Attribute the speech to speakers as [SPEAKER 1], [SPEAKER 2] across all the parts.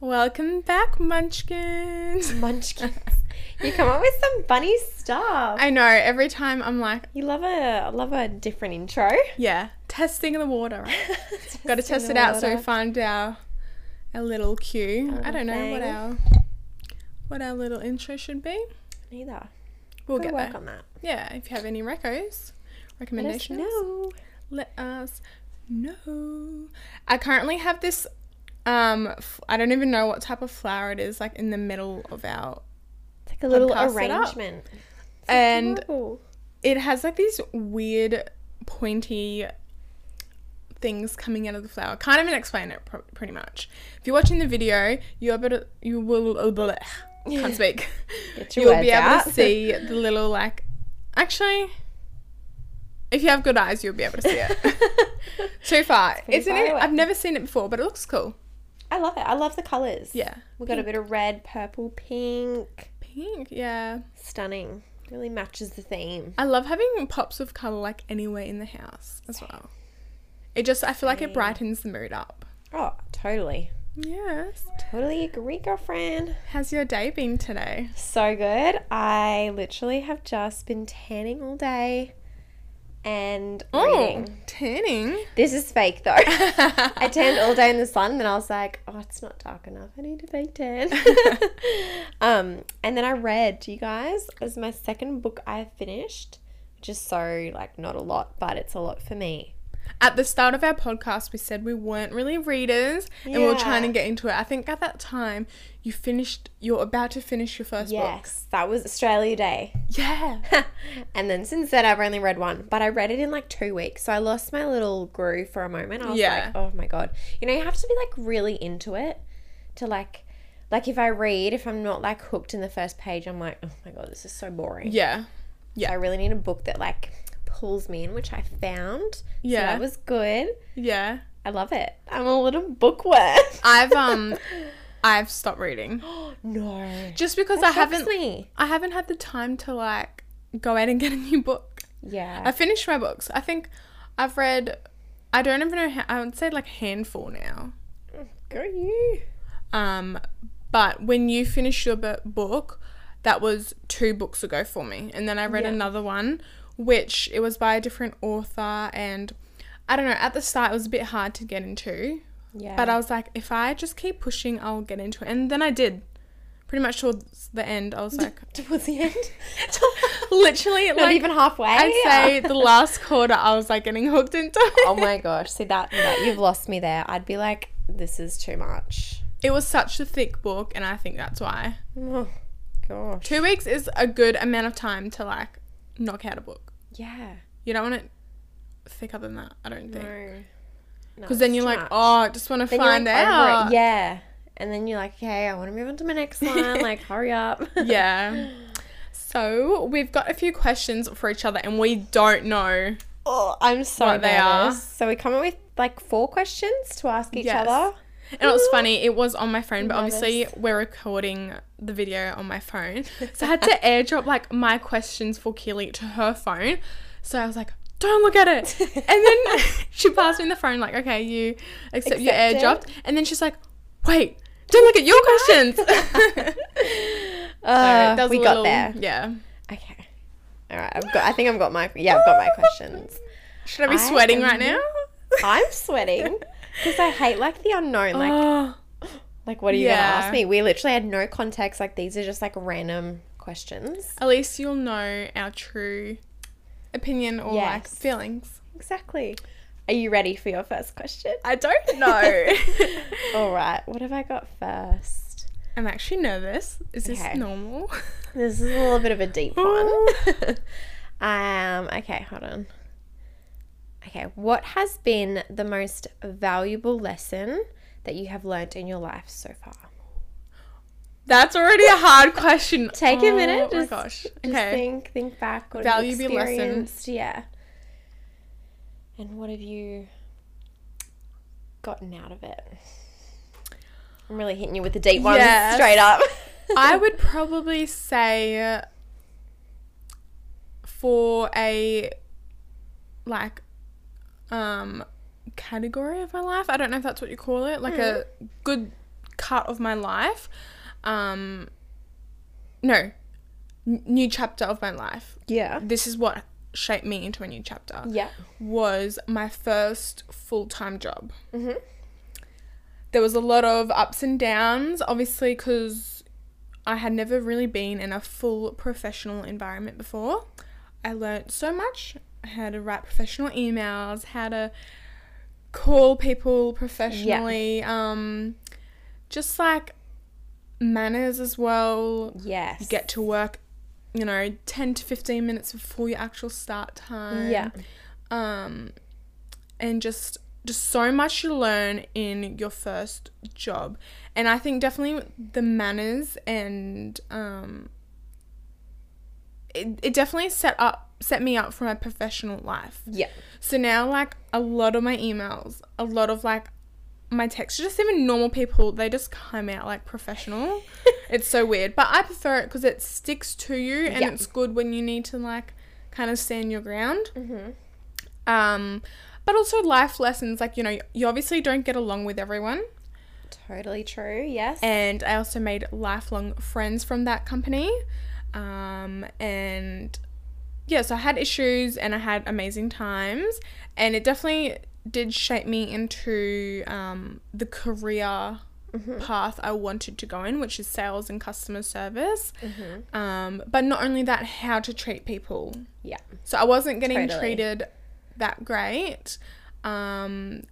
[SPEAKER 1] Welcome back, Munchkins.
[SPEAKER 2] Munchkins. you come up with some funny stuff.
[SPEAKER 1] I know. Every time I'm like,
[SPEAKER 2] You love a love a different intro.
[SPEAKER 1] yeah, testing the water. Right? Got to test it out so we find our a little cue. I don't know what
[SPEAKER 2] thing.
[SPEAKER 1] our what our little intro should be.
[SPEAKER 2] Neither.
[SPEAKER 1] We'll
[SPEAKER 2] Gotta
[SPEAKER 1] get
[SPEAKER 2] work
[SPEAKER 1] there.
[SPEAKER 2] on that.
[SPEAKER 1] Yeah, if you have any recos,
[SPEAKER 2] Let us
[SPEAKER 1] recommendations,
[SPEAKER 2] know.
[SPEAKER 1] let us know. I currently have this. Um, f- I don't even know what type of flower it is. Like in the middle of our,
[SPEAKER 2] It's like a little
[SPEAKER 1] Podcast it up.
[SPEAKER 2] arrangement.
[SPEAKER 1] and
[SPEAKER 2] Adorable.
[SPEAKER 1] it has like these weird pointy things coming out of the flower. Can't even explain it pr- pretty much. If you're watching the video, you're able to, you will can't speak.
[SPEAKER 2] Get your
[SPEAKER 1] You'll be
[SPEAKER 2] words
[SPEAKER 1] able
[SPEAKER 2] out.
[SPEAKER 1] to see the little like actually if you have good eyes, you'll be able to see it. Too far.
[SPEAKER 2] pretty
[SPEAKER 1] It's an,
[SPEAKER 2] far away.
[SPEAKER 1] I've never seen it before, but it looks cool.
[SPEAKER 2] I love it. I love the colours.
[SPEAKER 1] Yeah.
[SPEAKER 2] We got a bit of red, purple, pink.
[SPEAKER 1] Pink, yeah.
[SPEAKER 2] Stunning. Really matches the theme.
[SPEAKER 1] I love having pops of color like anywhere in the house as well. It just I feel like it brightens the mood up.
[SPEAKER 2] Oh, totally.
[SPEAKER 1] Yes.
[SPEAKER 2] Totally agree, girlfriend.
[SPEAKER 1] How's your day been today?
[SPEAKER 2] So good. I literally have just been tanning all day and
[SPEAKER 1] Mm.
[SPEAKER 2] reading.
[SPEAKER 1] tanning.
[SPEAKER 2] This is fake though. I tanned all day in the sun, then I was like, oh, it's not dark enough. I need a fake tan. um, and then I read, you guys, it was my second book I finished, which is so like not a lot, but it's a lot for me.
[SPEAKER 1] At the start of our podcast, we said we weren't really readers and we were trying to
[SPEAKER 2] Yeah.
[SPEAKER 1] get into it. I think at that time, you finished, you're about to finish your first book.
[SPEAKER 2] Yes, that was Australia Day.
[SPEAKER 1] Yeah.
[SPEAKER 2] and then since then, I've only read one, but I read it in like two weeks. So I lost my little groove for a moment. I was
[SPEAKER 1] Yeah.
[SPEAKER 2] like, oh my God. You know, you have to be like really into it to like, like if I read, if I'm not like hooked in the first page, I'm like, oh my God, this is so boring.
[SPEAKER 1] Yeah.
[SPEAKER 2] I really need a book that like pulls me in, which I found. Yeah. So
[SPEAKER 1] Yeah.
[SPEAKER 2] that was good.
[SPEAKER 1] Yeah.
[SPEAKER 2] I love it. I'm a little bookworm.
[SPEAKER 1] I've, um, I've stopped reading
[SPEAKER 2] no.
[SPEAKER 1] just because I
[SPEAKER 2] Shocks
[SPEAKER 1] haven't,
[SPEAKER 2] me.
[SPEAKER 1] I haven't had the time to like go out and get a new book.
[SPEAKER 2] Yeah.
[SPEAKER 1] I finished my books. I think I've read, I don't even know how, I would say like a handful now.
[SPEAKER 2] Go you.
[SPEAKER 1] Um, but when you finished your bu- book, that was two books ago for me, and then I read
[SPEAKER 2] Yeah.
[SPEAKER 1] another one, which it was by a different author, and I don't know. At the start, it was a bit hard to get into,
[SPEAKER 2] Yeah.
[SPEAKER 1] but um, I was like, if I just keep pushing, I'll get into it, and then I did. Pretty much towards the end, I was like,
[SPEAKER 2] towards the end.
[SPEAKER 1] literally,
[SPEAKER 2] Not
[SPEAKER 1] like,
[SPEAKER 2] even halfway.
[SPEAKER 1] I'd say the last quarter, I was like getting hooked into. It.
[SPEAKER 2] oh my gosh. See that, that you've lost me there. I'd be like, this is too much.
[SPEAKER 1] It was such a thick book, and I think that's why
[SPEAKER 2] Oh gosh.
[SPEAKER 1] two weeks is a good amount of time to like knock out a book.
[SPEAKER 2] Yeah.
[SPEAKER 1] You don't want it thicker than that, I don't think.
[SPEAKER 2] No.
[SPEAKER 1] Because then you're like, oh, I just want to find out.
[SPEAKER 2] Over it. Yeah. And then you're like, okay, I want to move on to my next one. like, hurry up.
[SPEAKER 1] Yeah. So we've got a few questions for each other, and we don't know.
[SPEAKER 2] Oh, I'm so
[SPEAKER 1] What they are.
[SPEAKER 2] nervous. So we come up with like four questions to ask each
[SPEAKER 1] Yes.
[SPEAKER 2] other.
[SPEAKER 1] And it was funny, it was on my phone, but
[SPEAKER 2] I'm
[SPEAKER 1] obviously we're recording the video on my phone. So I had to airdrop like my questions for Keely to her phone. So I was like, don't look at it. And then she passed me the phone, like, okay, you accept your
[SPEAKER 2] Accepted.
[SPEAKER 1] airdropped. And then she's like, wait, don't look at your questions.
[SPEAKER 2] Uh,
[SPEAKER 1] that was
[SPEAKER 2] we
[SPEAKER 1] a
[SPEAKER 2] got
[SPEAKER 1] little-
[SPEAKER 2] there.
[SPEAKER 1] Yeah.
[SPEAKER 2] Okay. All right. I've got. I think I've got my. Yeah, I've got my questions.
[SPEAKER 1] Should I be
[SPEAKER 2] I
[SPEAKER 1] sweating
[SPEAKER 2] am
[SPEAKER 1] right now?
[SPEAKER 2] I'm sweating because I hate like the unknown. Like,
[SPEAKER 1] oh,
[SPEAKER 2] like what are you
[SPEAKER 1] Yeah.
[SPEAKER 2] gonna ask me? We literally had no context. Like these are just like random questions.
[SPEAKER 1] at least you'll know our true opinion or like
[SPEAKER 2] Yes.
[SPEAKER 1] feelings.
[SPEAKER 2] Exactly. Are you ready for your first question?
[SPEAKER 1] I don't know.
[SPEAKER 2] All right. What have I got first?
[SPEAKER 1] I'm actually nervous. Is this
[SPEAKER 2] Okay.
[SPEAKER 1] normal?
[SPEAKER 2] This is a little bit of a deep one. Um, okay, hold on. Okay, what has been the most valuable lesson that you have learnt in your life so far?
[SPEAKER 1] That's already a hard question.
[SPEAKER 2] Take a minute.
[SPEAKER 1] Oh
[SPEAKER 2] just,
[SPEAKER 1] my gosh.
[SPEAKER 2] Just
[SPEAKER 1] Okay.
[SPEAKER 2] think, think back. What
[SPEAKER 1] Valuable
[SPEAKER 2] valuable
[SPEAKER 1] lesson.
[SPEAKER 2] lessons. Yeah. And what have you gotten out of it? I'm really hitting you with the deep ones
[SPEAKER 1] Yes.
[SPEAKER 2] straight up.
[SPEAKER 1] I would probably say uh, for a like
[SPEAKER 2] Mm-hmm.
[SPEAKER 1] um category of my life. I don't know if that's what you call it, like a good part of my life. Um, no, n- new chapter of my life.
[SPEAKER 2] Yeah.
[SPEAKER 1] This is what shaped me into a new chapter.
[SPEAKER 2] Yeah.
[SPEAKER 1] Was my first full time job.
[SPEAKER 2] Mm-hmm.
[SPEAKER 1] There was a lot of ups and downs, obviously, because I had never really been in a full professional environment before. I learnt so much how to write professional emails, how to call people professionally, um, just like manners as well.
[SPEAKER 2] Yes.
[SPEAKER 1] You get to work, you know, 10 to 15 minutes before your actual start time.
[SPEAKER 2] Yeah.
[SPEAKER 1] Um, and just just so much you learn in your first job. And I think definitely the manners and um, it, it definitely set up set me up for my professional life.
[SPEAKER 2] Yeah.
[SPEAKER 1] So now, like, a lot of my emails, a lot of like my texts, just even normal people, they just come out like professional. it's so weird, but I prefer it because it sticks to you and
[SPEAKER 2] Yeah.
[SPEAKER 1] it's good when you need to like kind of stand your ground.
[SPEAKER 2] Mm-hmm.
[SPEAKER 1] Um, but also life lessons, like, you know, you obviously don't get along with everyone.
[SPEAKER 2] Totally true. Yes.
[SPEAKER 1] And I also made lifelong friends from that company. Um, and yeah, so I had issues and I had amazing times. And it definitely did shape me into um, the career path I wanted to go in, which is sales and customer service. Um, but not only that, how to treat people.
[SPEAKER 2] yeah.
[SPEAKER 1] So I wasn't getting
[SPEAKER 2] Totally.
[SPEAKER 1] treated that great. Um,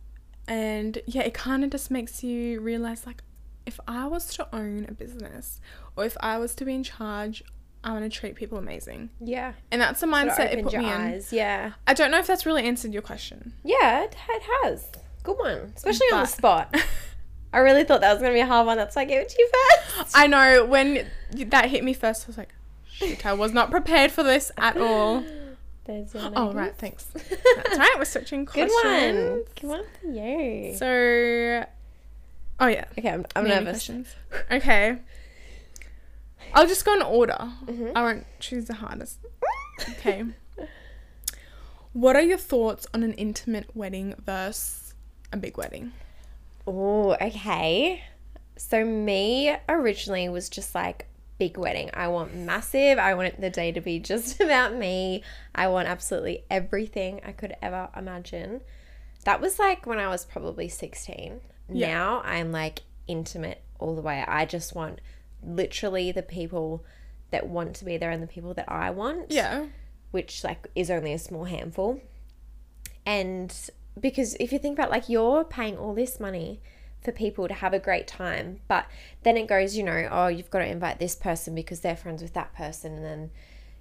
[SPEAKER 1] and yeah, it kind of just makes you realize like, if I was to own a business or if I was to be in charge, I want to treat people amazing.
[SPEAKER 2] Yeah.
[SPEAKER 1] And that's the
[SPEAKER 2] Sort of
[SPEAKER 1] mindset it
[SPEAKER 2] opened
[SPEAKER 1] put
[SPEAKER 2] your
[SPEAKER 1] me in.
[SPEAKER 2] eyes. Yeah.
[SPEAKER 1] I don't know if that's really answered your question.
[SPEAKER 2] Yeah. It, it has. Good one. Especially on the
[SPEAKER 1] But-
[SPEAKER 2] spot. I really thought that was gonna be a hard one. That's why I gave it to you first.
[SPEAKER 1] I know when that hit me first, I was like, shit, I was not prepared for this at all.
[SPEAKER 2] There's your
[SPEAKER 1] Oh,
[SPEAKER 2] negative.
[SPEAKER 1] right, thanks. That's all right, we're switching
[SPEAKER 2] Good
[SPEAKER 1] questions.
[SPEAKER 2] one. Good one for you.
[SPEAKER 1] So, oh yeah.
[SPEAKER 2] okay, I'm, I'm
[SPEAKER 1] Many
[SPEAKER 2] nervous.
[SPEAKER 1] questions. Okay. I'll just go in order.
[SPEAKER 2] Mhm.
[SPEAKER 1] I won't choose the hardest. Okay. What are your thoughts on an intimate wedding versus a big wedding?
[SPEAKER 2] Oh, okay. So me originally was just like big wedding. I want massive. I want the day to be just about me. I want absolutely everything I could ever imagine. That was like when I was probably 16.
[SPEAKER 1] Yeah.
[SPEAKER 2] Now I'm like intimate all the way. I just want literally the people that want to be there and the people that I want
[SPEAKER 1] Yeah.
[SPEAKER 2] which like is only a small handful. And because if you think about like you're paying all this money for people to have a great time, but then it goes, you know, oh, you've got to invite this person because they're friends with that person and then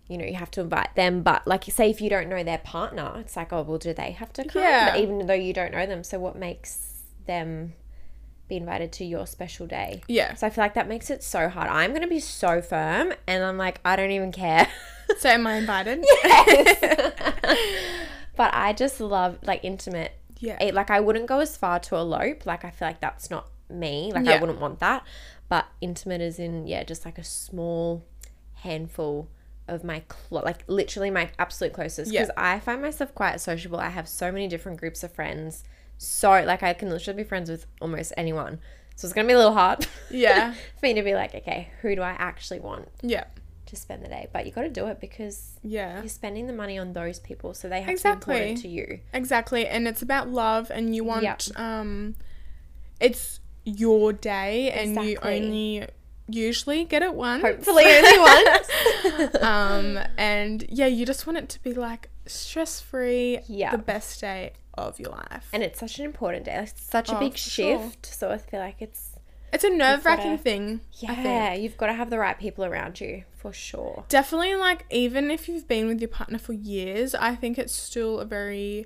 [SPEAKER 2] you know, you have to invite them, but like say if you don't know their partner, it's like, oh well do they have to come?
[SPEAKER 1] Yeah.
[SPEAKER 2] But even though you don't know them, so what makes them be invited to your special day?
[SPEAKER 1] Yeah.
[SPEAKER 2] So I feel like that makes it so hard. I'm gonna be so firm and I'm like, I don't even care.
[SPEAKER 1] So am I invited?
[SPEAKER 2] but I just love like intimate.
[SPEAKER 1] Yeah.
[SPEAKER 2] It, like I wouldn't go as far to elope. Like I feel like that's not me. Like I
[SPEAKER 1] Yeah.
[SPEAKER 2] wouldn't want that. But intimate is in yeah, just like a small handful of my clo- like literally my absolute closest because
[SPEAKER 1] Yeah.
[SPEAKER 2] I find myself quite sociable. I have so many different groups of friends. So like I can literally be friends with almost anyone. So it's gonna be a little hard.
[SPEAKER 1] Yeah.
[SPEAKER 2] for me to be like, okay, who do I actually want
[SPEAKER 1] Yeah.
[SPEAKER 2] to spend the day? But you got to do it because
[SPEAKER 1] Yeah.
[SPEAKER 2] you're spending the money on those people, so they have to be important
[SPEAKER 1] Exactly.
[SPEAKER 2] to you.
[SPEAKER 1] Exactly. And it's about love and you want
[SPEAKER 2] Yeah.
[SPEAKER 1] um it's your day and you
[SPEAKER 2] Exactly.
[SPEAKER 1] only usually get it once.
[SPEAKER 2] Hopefully, only once.
[SPEAKER 1] um, and yeah, you just want it to be like stress free,
[SPEAKER 2] Yeah.
[SPEAKER 1] the best day of your life.
[SPEAKER 2] and it's such an important day. It's such a
[SPEAKER 1] Oh,
[SPEAKER 2] big
[SPEAKER 1] for sure.
[SPEAKER 2] shift. So I feel like it's
[SPEAKER 1] it's a nerve wracking
[SPEAKER 2] gotta-
[SPEAKER 1] thing. I think.
[SPEAKER 2] yeah, you've got to have the right people around you for sure.
[SPEAKER 1] Definitely, like, even if you've been with your partner for years, I think it's still a very,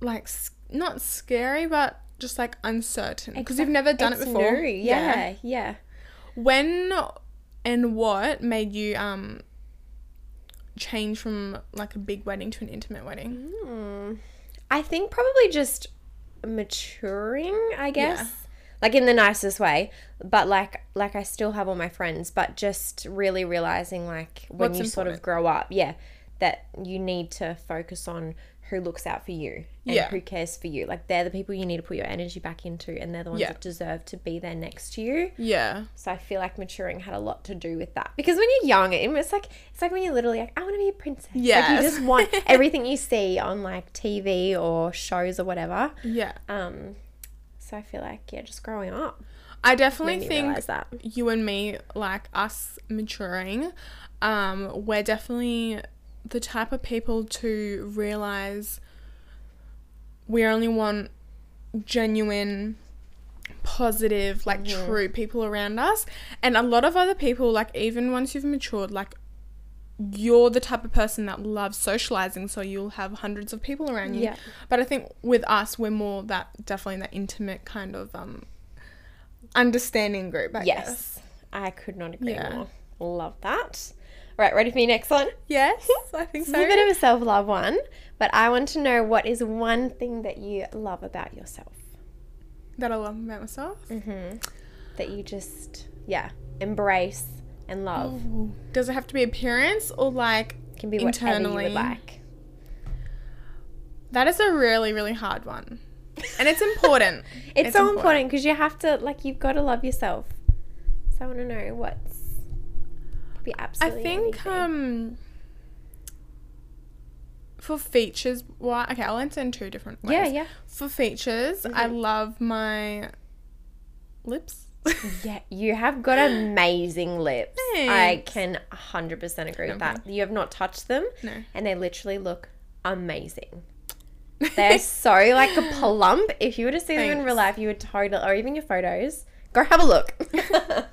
[SPEAKER 1] like, s- not scary, but just like uncertain because you've never done
[SPEAKER 2] It's
[SPEAKER 1] it before.
[SPEAKER 2] new, Yeah, yeah, yeah.
[SPEAKER 1] When and what made you um change from like a big wedding to an intimate wedding?
[SPEAKER 2] Hmm. I think probably just maturing, I guess. Like in the nicest way, but like like I still have all my friends, but just really realizing like when
[SPEAKER 1] What's
[SPEAKER 2] you sort of
[SPEAKER 1] important.
[SPEAKER 2] grow up, yeah, that you need to focus on who looks out for you and
[SPEAKER 1] Yeah.
[SPEAKER 2] who cares for you. Like they're the people you need to put your energy back into and they're the ones
[SPEAKER 1] Yeah.
[SPEAKER 2] that deserve to be there next to you.
[SPEAKER 1] Yeah.
[SPEAKER 2] So I feel like maturing had a lot to do with that. Because when you're young, it- it's like it's like when you're literally like, I want to be a princess. Like
[SPEAKER 1] Yes.
[SPEAKER 2] you just want everything you see on like TV or shows or whatever.
[SPEAKER 1] Yeah.
[SPEAKER 2] Um so I feel like yeah, just growing up
[SPEAKER 1] I definitely
[SPEAKER 2] made me
[SPEAKER 1] think
[SPEAKER 2] realize that.
[SPEAKER 1] you and me, like us maturing, um, we're definitely the type of people to realize we only want genuine, positive, like true people around us. And a lot of other people, like even once you've matured, like you're the type of person that loves socializing, so you'll have hundreds of people around you.
[SPEAKER 2] Yeah.
[SPEAKER 1] But I think with us, we're more that definitely that intimate kind of um, understanding group. I
[SPEAKER 2] yes.
[SPEAKER 1] guess.
[SPEAKER 2] I could not agree
[SPEAKER 1] Yeah.
[SPEAKER 2] more. Love that. All right, ready for your next one?
[SPEAKER 1] Yes, I think
[SPEAKER 2] This is a bit of a self love one, but I want to know what is one thing that you love about yourself
[SPEAKER 1] that I love about myself.
[SPEAKER 2] Mm. Mm-hmm. that you just, yeah, embrace and love.
[SPEAKER 1] Does it have to be appearance or like
[SPEAKER 2] Can be whatever you
[SPEAKER 1] Internally.
[SPEAKER 2] would like.
[SPEAKER 1] that is a really really hard one, and it's important.
[SPEAKER 2] It's,
[SPEAKER 1] It's
[SPEAKER 2] so
[SPEAKER 1] important.
[SPEAKER 2] important because you have to, like, you've got to love yourself. So I want to know what's. Could be
[SPEAKER 1] I
[SPEAKER 2] absolutely.
[SPEAKER 1] think
[SPEAKER 2] anything.
[SPEAKER 1] um for features. Why? Okay, I'll answer in two different ways.
[SPEAKER 2] yeah, yeah,
[SPEAKER 1] For features, I
[SPEAKER 2] Mhm.
[SPEAKER 1] love my lips.
[SPEAKER 2] yeah. You have got amazing lips. I
[SPEAKER 1] Thanks.
[SPEAKER 2] can 100% agree with
[SPEAKER 1] Okay.
[SPEAKER 2] that. You have not touched them,
[SPEAKER 1] No.
[SPEAKER 2] and they literally look amazing. They're so like a plump. If you were to see them in real life, you would totally, or even your photos, go have a look.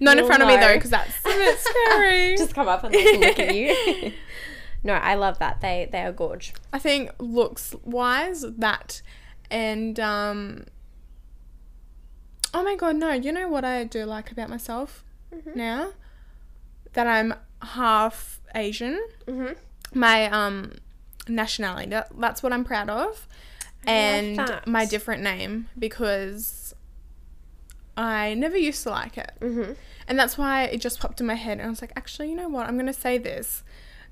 [SPEAKER 1] Not in
[SPEAKER 2] You'll
[SPEAKER 1] front of me though,
[SPEAKER 2] know.
[SPEAKER 1] because that's a bit scary.
[SPEAKER 2] Just come up and like, look at you. no, I love that. They they are gorge.
[SPEAKER 1] I think looks wise that and um oh my god no you know what I do like about myself now that I'm half Asian
[SPEAKER 2] Mm-hmm.
[SPEAKER 1] my um nationality that, that's what I'm proud of and
[SPEAKER 2] that.
[SPEAKER 1] my different name because I never used to like it
[SPEAKER 2] Mm-hmm.
[SPEAKER 1] and that's why it just popped in my head and I was like actually you know what I'm going to say this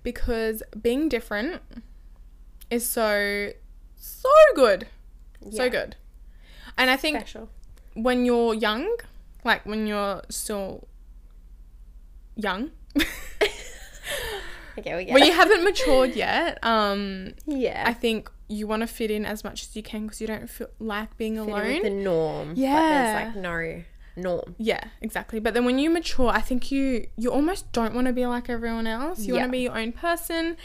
[SPEAKER 1] because being different is so so good. So good. And I think
[SPEAKER 2] Special.
[SPEAKER 1] when you're young, like when you're still young,
[SPEAKER 2] Okay, we get
[SPEAKER 1] when you haven't matured yet, um
[SPEAKER 2] yeah.
[SPEAKER 1] I think you want to fit in as much as you can because you don't feel like being
[SPEAKER 2] Fit in
[SPEAKER 1] alone.
[SPEAKER 2] with the norm.
[SPEAKER 1] Yeah.
[SPEAKER 2] But there's like no norm.
[SPEAKER 1] Yeah, exactly. But then when you mature, I think you you almost don't want to be like everyone else. You want
[SPEAKER 2] Yeah.
[SPEAKER 1] to be your own person.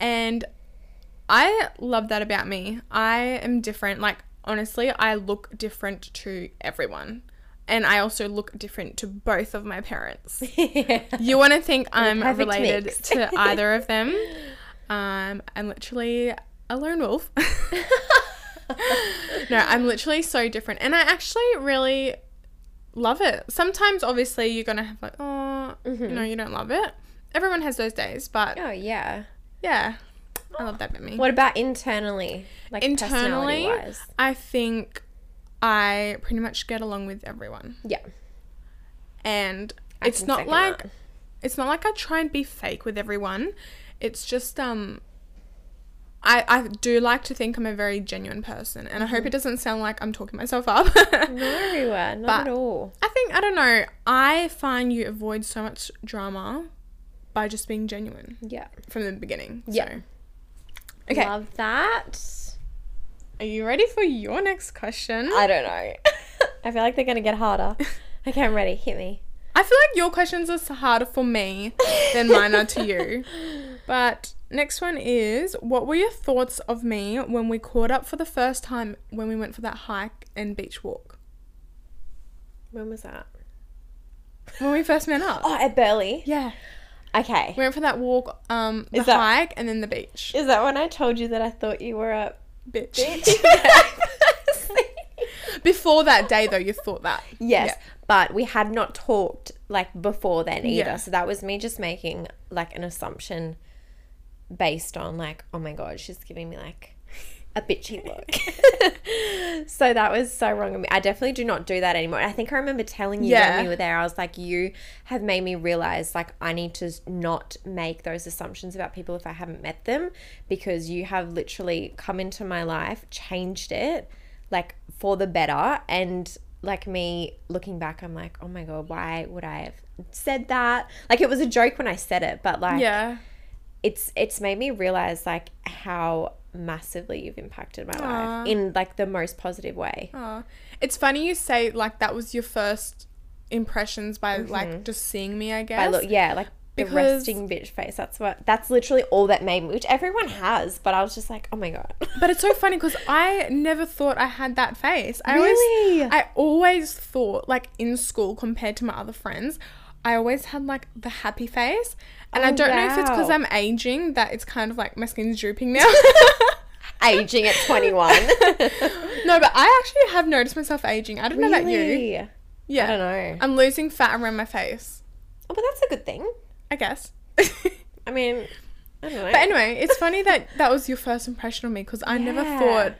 [SPEAKER 1] And I love that about me. I am different. Like honestly, I look different to everyone. And I also look different to both of my parents. You want to think I'm
[SPEAKER 2] perfect
[SPEAKER 1] related
[SPEAKER 2] mix.
[SPEAKER 1] to either of them. Um, I'm literally a lone wolf. no, I'm literally so different. And I actually really love it. Sometimes, obviously, you're going to have like, oh, you know, you don't love it. Everyone has those days, but
[SPEAKER 2] Oh Mm-hmm. yeah.
[SPEAKER 1] yeah, I love that about me.
[SPEAKER 2] What about internally? Like
[SPEAKER 1] Internally,
[SPEAKER 2] personality wise.
[SPEAKER 1] I think I pretty much get along with everyone.
[SPEAKER 2] Yeah.
[SPEAKER 1] And
[SPEAKER 2] I
[SPEAKER 1] it's
[SPEAKER 2] can
[SPEAKER 1] not
[SPEAKER 2] second
[SPEAKER 1] like
[SPEAKER 2] that.
[SPEAKER 1] it's not like I try and be fake with everyone. It's just um I, I do like to think I'm a very genuine person and I hope it doesn't sound like I'm talking myself up.
[SPEAKER 2] Mm-hmm. No, uh, not
[SPEAKER 1] But-
[SPEAKER 2] at all.
[SPEAKER 1] I think I don't know, I find you avoid so much drama by just being genuine
[SPEAKER 2] Yeah.
[SPEAKER 1] from the beginning.
[SPEAKER 2] Yeah.
[SPEAKER 1] So, Okay.
[SPEAKER 2] Love that.
[SPEAKER 1] Are you ready for your next question?
[SPEAKER 2] I don't know. I feel like they're gonna get harder. Okay, I'm ready. Hit me.
[SPEAKER 1] I feel like your questions are so harder for me than mine are to you. But next one is what were your thoughts of me when we caught up for the first time when we went for that hike and beach walk?
[SPEAKER 2] When was that?
[SPEAKER 1] When we first met up.
[SPEAKER 2] Oh, at Burley.
[SPEAKER 1] Yeah.
[SPEAKER 2] Okay.
[SPEAKER 1] We went for that walk, um the
[SPEAKER 2] Is that-
[SPEAKER 1] hike and then the beach.
[SPEAKER 2] Is that when I told you that I thought you were a
[SPEAKER 1] Bitch.
[SPEAKER 2] bitch?
[SPEAKER 1] Before that day though, you thought that.
[SPEAKER 2] yes, but we had not talked like before then either.
[SPEAKER 1] Yeah.
[SPEAKER 2] So that was me just making like an assumption based on like, oh my god, she's giving me like a bitchy look. so that was so wrong of me. I definitely do not do that anymore. I think I remember telling you
[SPEAKER 1] Yeah.
[SPEAKER 2] when we were there, I was like, you have made me realize like I need to not make those assumptions about people if I haven't met them because you have literally come into my life, changed it like for the better and like me looking back I'm like oh my god why would I have said that like it was a joke when I said it but like
[SPEAKER 1] yeah.
[SPEAKER 2] it's it's made me realize like how massively you've impacted my
[SPEAKER 1] Aw.
[SPEAKER 2] life in like the most positive way.
[SPEAKER 1] Oh. It's funny you say like that was your first impressions by
[SPEAKER 2] Mm-hmm.
[SPEAKER 1] like just seeing me, I guess.
[SPEAKER 2] I look, yeah, like
[SPEAKER 1] Because-
[SPEAKER 2] the resting bitch face. That's what. That's literally all that made me, which everyone has. But I was just like, oh my god.
[SPEAKER 1] But it's so funny because I never thought I had that face. I
[SPEAKER 2] Really?
[SPEAKER 1] always I always thought like in school compared to my other friends, I always had like the happy face. And I
[SPEAKER 2] Oh,
[SPEAKER 1] don't know if it's because
[SPEAKER 2] wow.
[SPEAKER 1] I'm aging that it's kind of like my skin's drooping now.
[SPEAKER 2] aging at twenty one.
[SPEAKER 1] no, but I actually have noticed myself aging. I don't know about you.
[SPEAKER 2] Really?
[SPEAKER 1] Yeah.
[SPEAKER 2] I don't know.
[SPEAKER 1] I'm losing fat around my face,
[SPEAKER 2] Oh, but that's a good thing.
[SPEAKER 1] I guess.
[SPEAKER 2] I mean, I don't know.
[SPEAKER 1] But anyway, it's funny that that was your first impression of me because I never
[SPEAKER 2] Yeah.
[SPEAKER 1] thought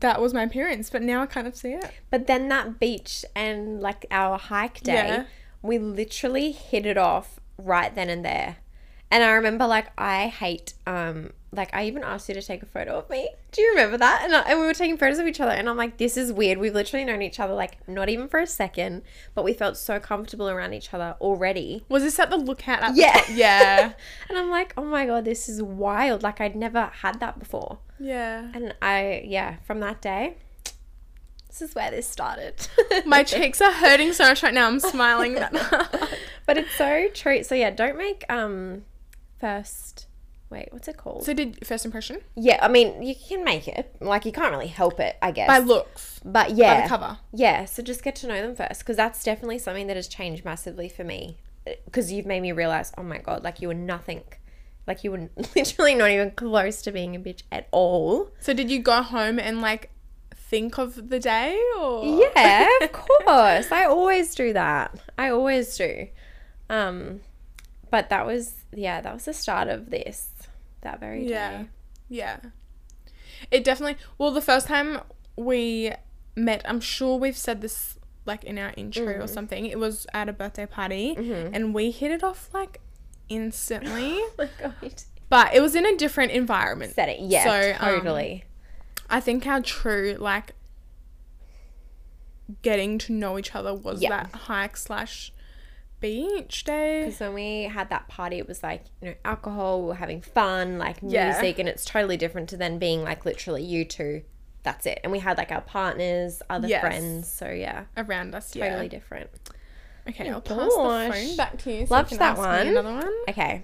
[SPEAKER 1] that was my appearance, but now I kind of see it.
[SPEAKER 2] But then that beach and like our hike day,
[SPEAKER 1] Yeah.
[SPEAKER 2] we literally hit it off right then and there. And I remember like I hate um like I even asked you to take a photo of me. Do you remember that? And, I, and we were taking photos of each other and I'm like this is weird. We've literally known each other like not even for a second, but we felt so comfortable around each other already.
[SPEAKER 1] Was this at the lookout? At
[SPEAKER 2] Yeah.
[SPEAKER 1] The top? Yeah.
[SPEAKER 2] And I'm like, "Oh my god, this is wild. Like I'd never had that before."
[SPEAKER 1] yeah.
[SPEAKER 2] And I yeah, from that day this is where this started.
[SPEAKER 1] My cheeks are hurting so much right now. I'm smiling. That
[SPEAKER 2] But it's so true. So yeah, don't make um first wait, what's it called?
[SPEAKER 1] so did first impression
[SPEAKER 2] yeah, I mean you can make it. Like you can't really help it, I guess.
[SPEAKER 1] by looks
[SPEAKER 2] but
[SPEAKER 1] by
[SPEAKER 2] yeah,
[SPEAKER 1] the cover.
[SPEAKER 2] yeah. So just get to know them first, because that's definitely something that has changed massively for me. Because you've made me realize, oh my god, like you were nothing, like you were literally not even close to being a bitch at all.
[SPEAKER 1] So did you go home and like think of the day or
[SPEAKER 2] Yeah, of course. I always do that. I always do. Um, but that was yeah, that was the start of this. That very
[SPEAKER 1] Yeah.
[SPEAKER 2] day.
[SPEAKER 1] Yeah. It definitely well the first time we met, I'm sure we've said this like in our intro or
[SPEAKER 2] Mm-hmm.
[SPEAKER 1] something. It was at a birthday party and we hit it off like instantly,
[SPEAKER 2] Oh my god.
[SPEAKER 1] but it was in a different environment.
[SPEAKER 2] Said it. Yeah,
[SPEAKER 1] So, um,
[SPEAKER 2] totally.
[SPEAKER 1] I think our true like getting to know each other was
[SPEAKER 2] Yeah.
[SPEAKER 1] that hike slash beach day.
[SPEAKER 2] Because when we had that party, it was like you know alcohol, we were having fun, like
[SPEAKER 1] Yeah.
[SPEAKER 2] music, and it's totally different to then being like literally you two. That's it. And we had like our partners, other
[SPEAKER 1] Yes.
[SPEAKER 2] friends. So yeah,
[SPEAKER 1] Around us, yeah.
[SPEAKER 2] totally different.
[SPEAKER 1] Okay, I'll pass
[SPEAKER 2] gosh.
[SPEAKER 1] the phone back to you. So
[SPEAKER 2] Loved
[SPEAKER 1] you can
[SPEAKER 2] that
[SPEAKER 1] ask me
[SPEAKER 2] one.
[SPEAKER 1] Another one.
[SPEAKER 2] Okay.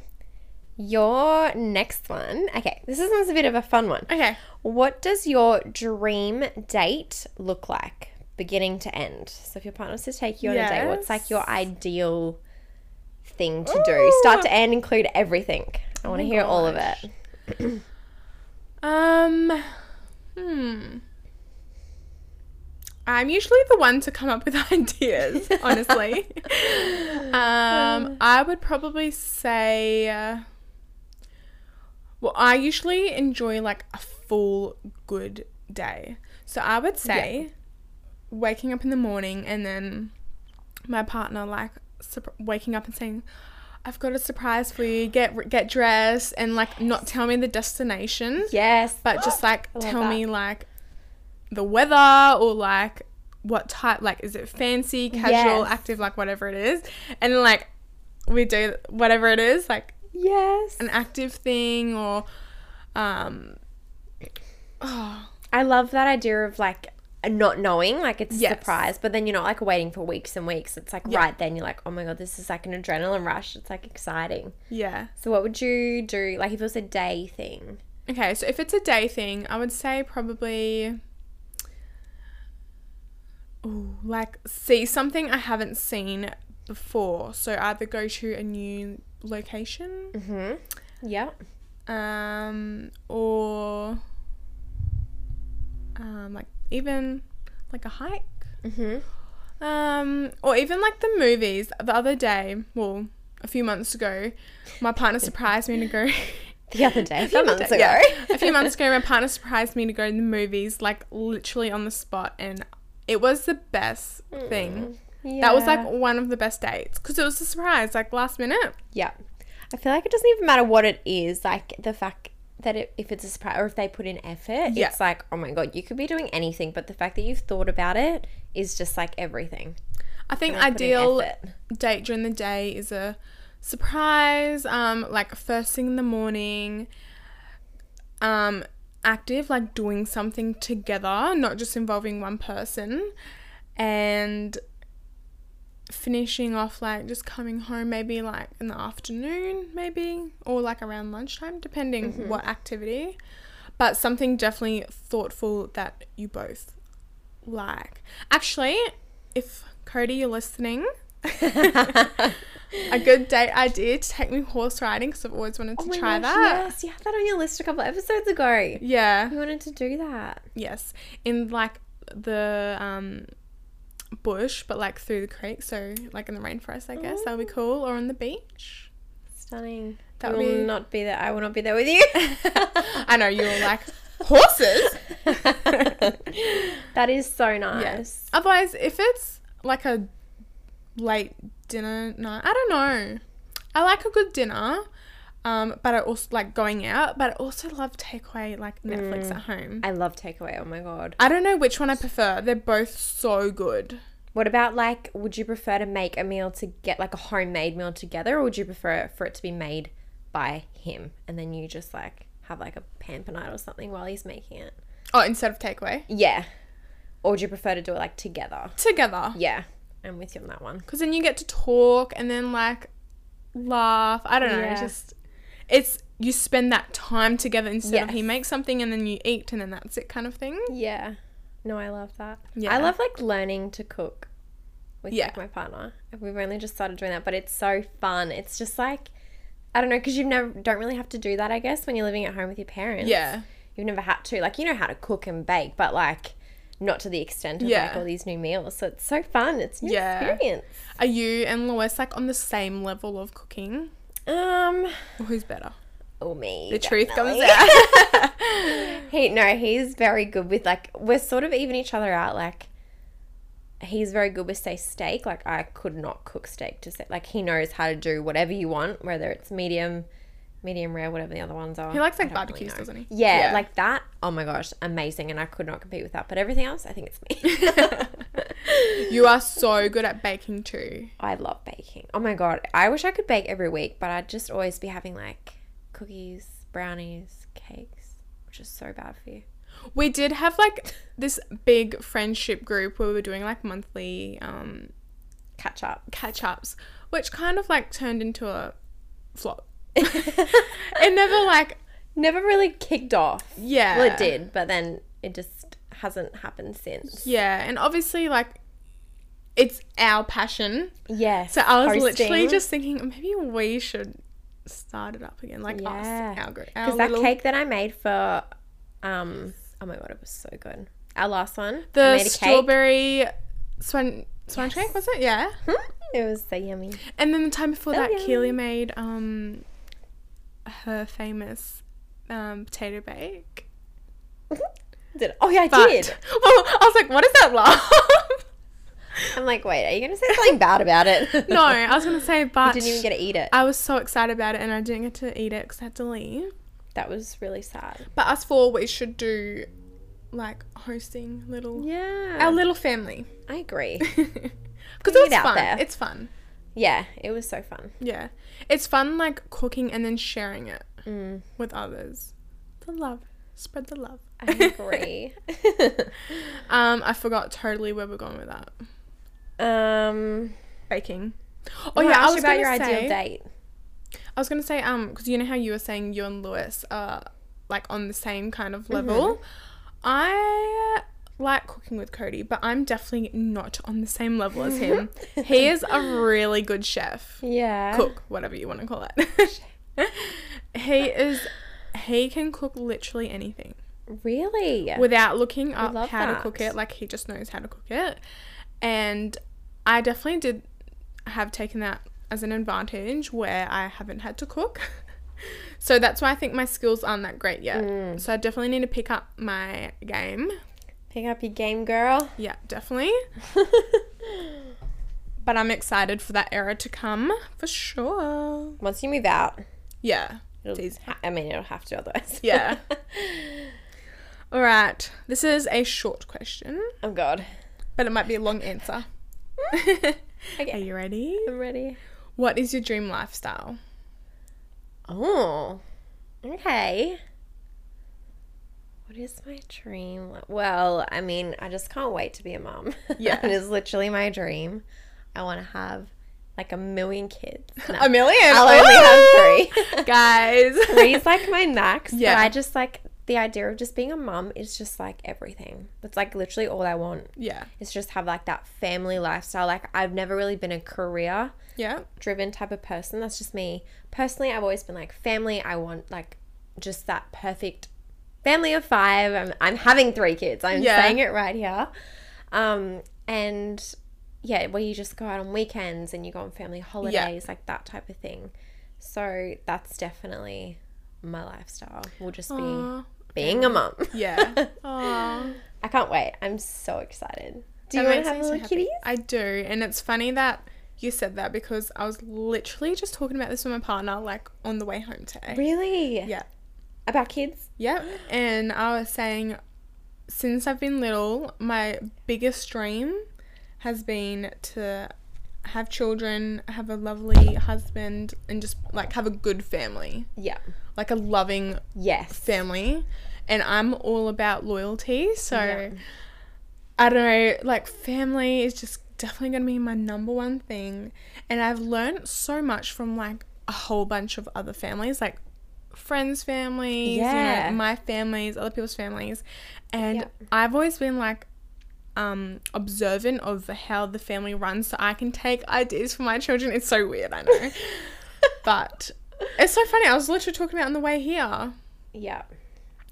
[SPEAKER 2] Your next one. Okay, this is- this is a bit of a fun one.
[SPEAKER 1] Okay.
[SPEAKER 2] What does your dream date look like, beginning to end? So, if your partner was to take you on a date, what's like your
[SPEAKER 1] Yes.
[SPEAKER 2] ideal thing to do? Start to end, include everything. I want to
[SPEAKER 1] my
[SPEAKER 2] hear all of it.
[SPEAKER 1] Um, hmm. I'm usually the one to come up with ideas, honestly. um, I would probably say, uh, well, I usually enjoy like a full good day. So I would say waking up in the morning and then my partner like sup- waking up and saying, "I've got a surprise for you. Get get dressed," and like not tell me the destination
[SPEAKER 2] Yes.
[SPEAKER 1] but just like
[SPEAKER 2] I love
[SPEAKER 1] tell
[SPEAKER 2] that.
[SPEAKER 1] me like the weather or like what type like is it fancy casual
[SPEAKER 2] Yes.
[SPEAKER 1] active like whatever it is and like we do whatever it is like
[SPEAKER 2] yes.
[SPEAKER 1] an active thing or um oh
[SPEAKER 2] I love that idea of like not knowing, like it's a
[SPEAKER 1] Yes.
[SPEAKER 2] surprise, but then you're not like waiting for weeks and weeks. It's like right then you're like, oh my God, this is like an adrenaline rush. It's like exciting.
[SPEAKER 1] yeah
[SPEAKER 2] So, what would you do? Like, if it was a day thing,
[SPEAKER 1] okay so if it's a day thing i would say probably Ooh, like see something i haven't seen before so either go to a new location
[SPEAKER 2] Mm-hmm. Yeah.
[SPEAKER 1] um, or um, like even like a hike,
[SPEAKER 2] Mm-hmm.
[SPEAKER 1] um, or even like the movies. The other day, well, a few months ago, my partner surprised me to go
[SPEAKER 2] the other day, a few
[SPEAKER 1] Another
[SPEAKER 2] months
[SPEAKER 1] day,
[SPEAKER 2] ago.
[SPEAKER 1] yeah. a few months ago, my partner surprised me to go to the movies, like literally on the spot, and it was the best thing. That was like
[SPEAKER 2] Yeah.
[SPEAKER 1] one of the best dates because it was a surprise, like last minute.
[SPEAKER 2] Yeah. I feel like it doesn't even matter what it is, like the fact that it, if it's a surprise or if they put in effort,
[SPEAKER 1] Yeah.
[SPEAKER 2] it's like, oh my God, you could be doing anything, but the fact that you've thought about it is just like everything.
[SPEAKER 1] I think
[SPEAKER 2] They put in
[SPEAKER 1] ideal
[SPEAKER 2] effort.
[SPEAKER 1] date during the day is a surprise, um, like first thing in the morning, um, active, like doing something together, not just involving one person, and finishing off like just coming home maybe like in the afternoon, maybe, or like around lunchtime, depending what activity. But something definitely thoughtful that you both like. Actually, if Cody, you're listening, a good date idea to take me horse riding because I've always wanted
[SPEAKER 2] Oh
[SPEAKER 1] to
[SPEAKER 2] my
[SPEAKER 1] try
[SPEAKER 2] gosh,
[SPEAKER 1] that.
[SPEAKER 2] Yes, you had that on your list a couple episodes ago.
[SPEAKER 1] Yeah.
[SPEAKER 2] You wanted to do that.
[SPEAKER 1] Yes. In like the um, bush, but like through the creek. So like in the rainforest, I guess that would
[SPEAKER 2] Oh.
[SPEAKER 1] be cool. Or on the beach.
[SPEAKER 2] Stunning.
[SPEAKER 1] That
[SPEAKER 2] That
[SPEAKER 1] would
[SPEAKER 2] will
[SPEAKER 1] be-
[SPEAKER 2] not be there. I will not be there with you.
[SPEAKER 1] I know you were like horses.
[SPEAKER 2] that is so nice.
[SPEAKER 1] Otherwise, if it's like a late dinner night, I don't know. I like a good dinner, um, but I also like going out. But I also love takeaway, like Netflix
[SPEAKER 2] Mm.
[SPEAKER 1] at home.
[SPEAKER 2] I love takeaway. Oh my God.
[SPEAKER 1] I don't know which one I prefer. They're both so good.
[SPEAKER 2] What about like, would you prefer to make a meal to get like a homemade meal together, or would you prefer for it to be made by him and then you just like have like a pamper night or something while he's making it?
[SPEAKER 1] Oh, instead of takeaway
[SPEAKER 2] Yeah. Or would you prefer to do it like together?
[SPEAKER 1] together,
[SPEAKER 2] Yeah, I'm with you on that one.
[SPEAKER 1] because then you get to talk and then like laugh. I don't know.
[SPEAKER 2] Yeah.
[SPEAKER 1] Just it's you spend that time together instead of he
[SPEAKER 2] Yes.
[SPEAKER 1] makes something and then you eat and then that's it kind of thing.
[SPEAKER 2] Yeah. No, I love that.
[SPEAKER 1] Yeah.
[SPEAKER 2] I love like learning to cook with
[SPEAKER 1] Yeah.
[SPEAKER 2] like my partner. We've only just started doing that, but it's so fun. It's just like I don't know because you never don't really have to do that, I guess, when you're living at home with your parents.
[SPEAKER 1] Yeah.
[SPEAKER 2] You've never had to like you know how to cook and bake, but like not to the extent of
[SPEAKER 1] Yeah.
[SPEAKER 2] like all these new meals. So it's so fun. It's a new
[SPEAKER 1] Yeah.
[SPEAKER 2] experience.
[SPEAKER 1] Are you and Lois like on the same level of cooking?
[SPEAKER 2] Um
[SPEAKER 1] Or Who's better?
[SPEAKER 2] oh me.
[SPEAKER 1] The truth comes
[SPEAKER 2] definitely.
[SPEAKER 1] out.
[SPEAKER 2] He no, he's very good with like we're sort of even each other out. Like he's very good with say steak. Like I could not cook steak to say like he knows how to do whatever you want, whether it's medium, medium rare, whatever the other ones are.
[SPEAKER 1] He likes like
[SPEAKER 2] I don't really
[SPEAKER 1] barbecues,
[SPEAKER 2] know.
[SPEAKER 1] doesn't he?
[SPEAKER 2] Yeah, like that. Oh my gosh, amazing! And I could not compete with that. But everything else, I think it's me.
[SPEAKER 1] you are so good at baking too.
[SPEAKER 2] I love baking. Oh my god, I wish I could bake every week, but I'd just always be having like cookies, brownies, cakes, which is so bad for you.
[SPEAKER 1] We did have like this big friendship group where we were doing like monthly um
[SPEAKER 2] Catch up.
[SPEAKER 1] catch ups, which kind of like turned into a flop. It never like
[SPEAKER 2] never really kicked off.
[SPEAKER 1] yeah.
[SPEAKER 2] Well, it did, but then it just hasn't happened since.
[SPEAKER 1] Yeah, and obviously like it's our passion.
[SPEAKER 2] Yes.
[SPEAKER 1] So I was literally
[SPEAKER 2] hosting.
[SPEAKER 1] just thinking maybe we should start it up again, like
[SPEAKER 2] Yeah.
[SPEAKER 1] us, our group, our
[SPEAKER 2] because that
[SPEAKER 1] little-
[SPEAKER 2] cake that I made for, um, oh my god, it was so good. Our last one, I
[SPEAKER 1] the
[SPEAKER 2] made a
[SPEAKER 1] strawberry swan swan cake was it? Yeah.
[SPEAKER 2] Cake. Hmm? it was so yummy.
[SPEAKER 1] And then the time before
[SPEAKER 2] So
[SPEAKER 1] that,
[SPEAKER 2] yummy.
[SPEAKER 1] Keely made um her famous um potato bake.
[SPEAKER 2] Did oh yeah, I
[SPEAKER 1] But
[SPEAKER 2] did.
[SPEAKER 1] Well, I was like, what is that laugh?
[SPEAKER 2] I'm like, wait, are you gonna say something bad about it?
[SPEAKER 1] no, I was gonna say,
[SPEAKER 2] I
[SPEAKER 1] but
[SPEAKER 2] didn't even get to eat it.
[SPEAKER 1] I was so excited about it, and I didn't get to eat it because I had to leave.
[SPEAKER 2] That was really sad.
[SPEAKER 1] But us four, we should do like hosting little
[SPEAKER 2] Yeah,
[SPEAKER 1] our little family.
[SPEAKER 2] I agree.
[SPEAKER 1] Because
[SPEAKER 2] Bring
[SPEAKER 1] it
[SPEAKER 2] it
[SPEAKER 1] was
[SPEAKER 2] out
[SPEAKER 1] fun.
[SPEAKER 2] there.
[SPEAKER 1] It's fun.
[SPEAKER 2] Yeah, it was so fun.
[SPEAKER 1] Yeah. It's fun like cooking and then sharing it
[SPEAKER 2] Mm,
[SPEAKER 1] with others. The love. Spread the love.
[SPEAKER 2] I agree.
[SPEAKER 1] Um, I forgot totally where we're going with that.
[SPEAKER 2] um,
[SPEAKER 1] Baking. Oh
[SPEAKER 2] oh
[SPEAKER 1] yeah, I
[SPEAKER 2] asked
[SPEAKER 1] was
[SPEAKER 2] you
[SPEAKER 1] about
[SPEAKER 2] about your
[SPEAKER 1] say,
[SPEAKER 2] ideal date.
[SPEAKER 1] I was gonna say um, because you know how you were saying you and Lewis are like on the same kind
[SPEAKER 2] Mm-hmm.
[SPEAKER 1] of level. I like cooking with Cody, but I'm definitely not on the same level as him. he is a really good chef,
[SPEAKER 2] Yeah.
[SPEAKER 1] cook, whatever you want to call it. he is. He can cook literally anything.
[SPEAKER 2] Really?
[SPEAKER 1] without looking up
[SPEAKER 2] love
[SPEAKER 1] how to
[SPEAKER 2] that.
[SPEAKER 1] cook it. Like he just knows how to cook it. And I definitely did have taken that as an advantage where I haven't had to cook. So that's why I think my skills aren't that great yet.
[SPEAKER 2] Mm.
[SPEAKER 1] So I definitely need to pick up my game.
[SPEAKER 2] Pick up your game, girl.
[SPEAKER 1] Yeah, definitely. But I'm excited for that era to come for sure.
[SPEAKER 2] Once you move out,
[SPEAKER 1] Yeah.
[SPEAKER 2] it'll,
[SPEAKER 1] Jeez.
[SPEAKER 2] ha- I mean, it'll have to otherwise.
[SPEAKER 1] Yeah. All right. This is a short question,
[SPEAKER 2] oh, God.
[SPEAKER 1] but it might be a long answer.
[SPEAKER 2] Okay.
[SPEAKER 1] Are you ready?
[SPEAKER 2] I'm ready.
[SPEAKER 1] What is your dream lifestyle?
[SPEAKER 2] Oh, okay. What is my dream? Well, I mean, I just can't wait to be a mom.
[SPEAKER 1] Yeah.
[SPEAKER 2] it is literally my dream. I want to have like a million kids. No,
[SPEAKER 1] A million.
[SPEAKER 2] I'll only have three.
[SPEAKER 1] Guys.
[SPEAKER 2] Three's like my max. Yeah.
[SPEAKER 1] Yeah.
[SPEAKER 2] But I just like the idea of just being a mom is just like everything. That's like literally all I want
[SPEAKER 1] yeah.
[SPEAKER 2] is just have like that family lifestyle. Like I've never really been a career
[SPEAKER 1] Yeah.
[SPEAKER 2] driven type of person. That's just me. Personally, I've always been like family. I want like just that perfect family of five. I'm, I'm having three kids. I'm
[SPEAKER 1] Yeah.
[SPEAKER 2] saying it right here. Um, and yeah, where you just go out on weekends and you go on family holidays, like that type of thing. So that's definitely my lifestyle. Will just be
[SPEAKER 1] Aw.
[SPEAKER 2] being a mom.
[SPEAKER 1] Yeah. Aw.
[SPEAKER 2] I can't wait. I'm so excited. Do
[SPEAKER 1] That
[SPEAKER 2] you want
[SPEAKER 1] makes
[SPEAKER 2] to have
[SPEAKER 1] me so
[SPEAKER 2] little
[SPEAKER 1] happy.
[SPEAKER 2] kitties?
[SPEAKER 1] I do. And it's funny that you said that because I was literally just talking about this with my partner like on the way home today.
[SPEAKER 2] Really?
[SPEAKER 1] Yeah.
[SPEAKER 2] About kids?
[SPEAKER 1] Yep. And I was saying since I've been little, my biggest dream has been to have children, have a lovely husband and just like have a good family.
[SPEAKER 2] Yeah.
[SPEAKER 1] Like a loving
[SPEAKER 2] Yes.
[SPEAKER 1] family and I'm all about loyalty. So
[SPEAKER 2] Yeah.
[SPEAKER 1] I don't know, like family is just definitely going to be my number one thing. And I've learned so much from like a whole bunch of other families, like friends' families,
[SPEAKER 2] Yeah.
[SPEAKER 1] you know, my families, other people's families. And
[SPEAKER 2] Yeah.
[SPEAKER 1] I've always been like um observant of how the family runs so I can take ideas from my children. It's so weird, I know. but it's so funny. I was literally talking about it on the way here.
[SPEAKER 2] Yeah.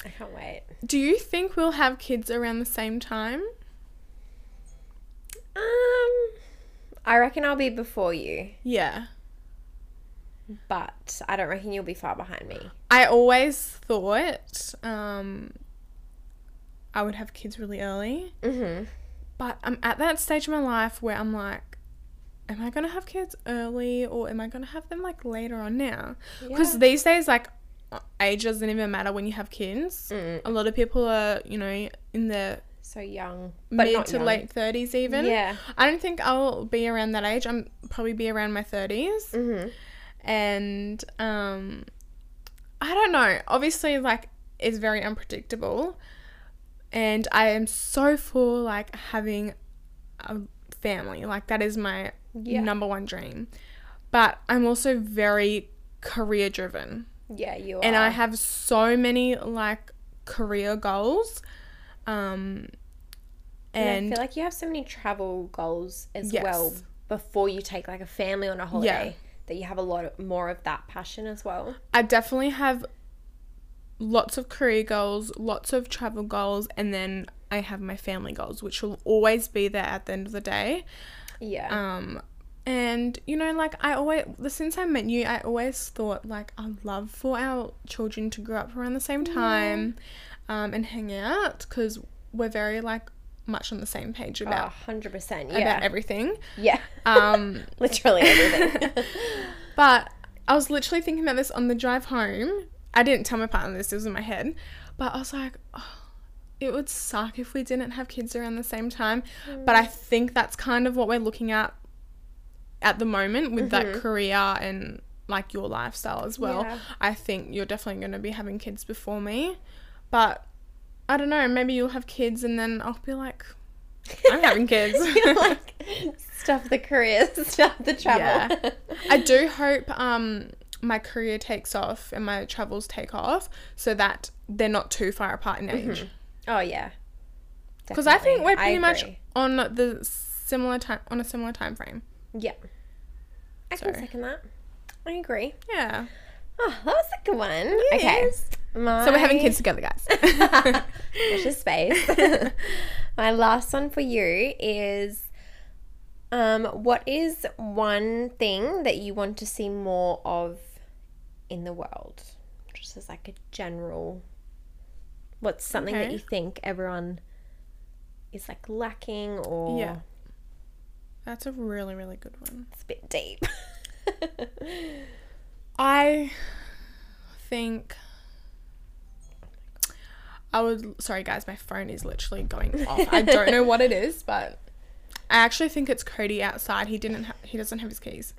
[SPEAKER 2] I can't wait.
[SPEAKER 1] Do you think we'll have kids around the same time?
[SPEAKER 2] Um I reckon I'll be before you,
[SPEAKER 1] Yeah.
[SPEAKER 2] but I don't reckon you'll be far behind me.
[SPEAKER 1] I always thought um, I would have kids really early,
[SPEAKER 2] Mm-hmm.
[SPEAKER 1] but I'm at that stage in my life where I'm like, am I going to have kids early or am I going to have them like later on now? Because
[SPEAKER 2] Yeah.
[SPEAKER 1] these days, like, uh, age doesn't even matter when you have kids.
[SPEAKER 2] Mm,
[SPEAKER 1] A lot of people are, you know, in their
[SPEAKER 2] so young, but
[SPEAKER 1] mid
[SPEAKER 2] not
[SPEAKER 1] to
[SPEAKER 2] young.
[SPEAKER 1] late 30s even.
[SPEAKER 2] Yeah.
[SPEAKER 1] I don't think I'll be around that age. I'm probably be around my 30s.
[SPEAKER 2] Mm-hmm.
[SPEAKER 1] and um i don't know obviously like it's very unpredictable and i am so for like having a family like that is my
[SPEAKER 2] Yeah.
[SPEAKER 1] number one dream but i'm also very career driven
[SPEAKER 2] Yeah, you are.
[SPEAKER 1] and i have so many like career goals um
[SPEAKER 2] And I
[SPEAKER 1] and
[SPEAKER 2] feel like you have so many travel goals as
[SPEAKER 1] Yes.
[SPEAKER 2] well before you take like a family on a holiday that you have a lot of, more of that passion as well.
[SPEAKER 1] I definitely have lots of career goals, lots of travel goals, and then I have my family goals, which will always be there at the end of the day.
[SPEAKER 2] Yeah.
[SPEAKER 1] Um, and you know, like I always since I met you, I always thought like I'd love for our children to grow up around the same time, um, and hang out because we're very like much on the same page
[SPEAKER 2] Oh,
[SPEAKER 1] about
[SPEAKER 2] 100%.
[SPEAKER 1] about
[SPEAKER 2] Yeah.
[SPEAKER 1] everything.
[SPEAKER 2] Yeah.
[SPEAKER 1] Um.
[SPEAKER 2] Literally everything.
[SPEAKER 1] But I was literally thinking about this on the drive home. I didn't tell my partner this, it was in my head. But I was like, oh, it would suck if we didn't have kids around the same time. But I think that's kind of what we're looking at at the moment with that career and like your lifestyle as well.
[SPEAKER 2] Yeah.
[SPEAKER 1] I think you're definitely going to be having kids before me. But I don't know, maybe you'll have kids and then I'll be like, I'm having kids.
[SPEAKER 2] You're like, stuff the careers, stuff the travel.
[SPEAKER 1] I do hope um my career takes off and my travels take off so that they're not too far apart in age.
[SPEAKER 2] Oh yeah.
[SPEAKER 1] Because I think
[SPEAKER 2] Definitely.
[SPEAKER 1] we're
[SPEAKER 2] I
[SPEAKER 1] pretty much
[SPEAKER 2] agree.
[SPEAKER 1] on the similar time on a similar time frame.
[SPEAKER 2] yeah. I
[SPEAKER 1] So.
[SPEAKER 2] can second that. I agree.
[SPEAKER 1] Yeah.
[SPEAKER 2] Oh, that was a good one.
[SPEAKER 1] Yes.
[SPEAKER 2] Okay. My...
[SPEAKER 1] So we're having kids together, guys.
[SPEAKER 2] Watch this space. My last one for you is, um, what is one thing that you want to see more of in the world? just as like a general what's something that
[SPEAKER 1] Okay.
[SPEAKER 2] you think everyone is like lacking or
[SPEAKER 1] Yeah. That's a really, really good one.
[SPEAKER 2] it's a bit deep.
[SPEAKER 1] I think I would. Sorry, guys, my phone is literally going off. I don't know what it is, but I actually think it's Cody outside. He didn't. Ha- he doesn't have his keys.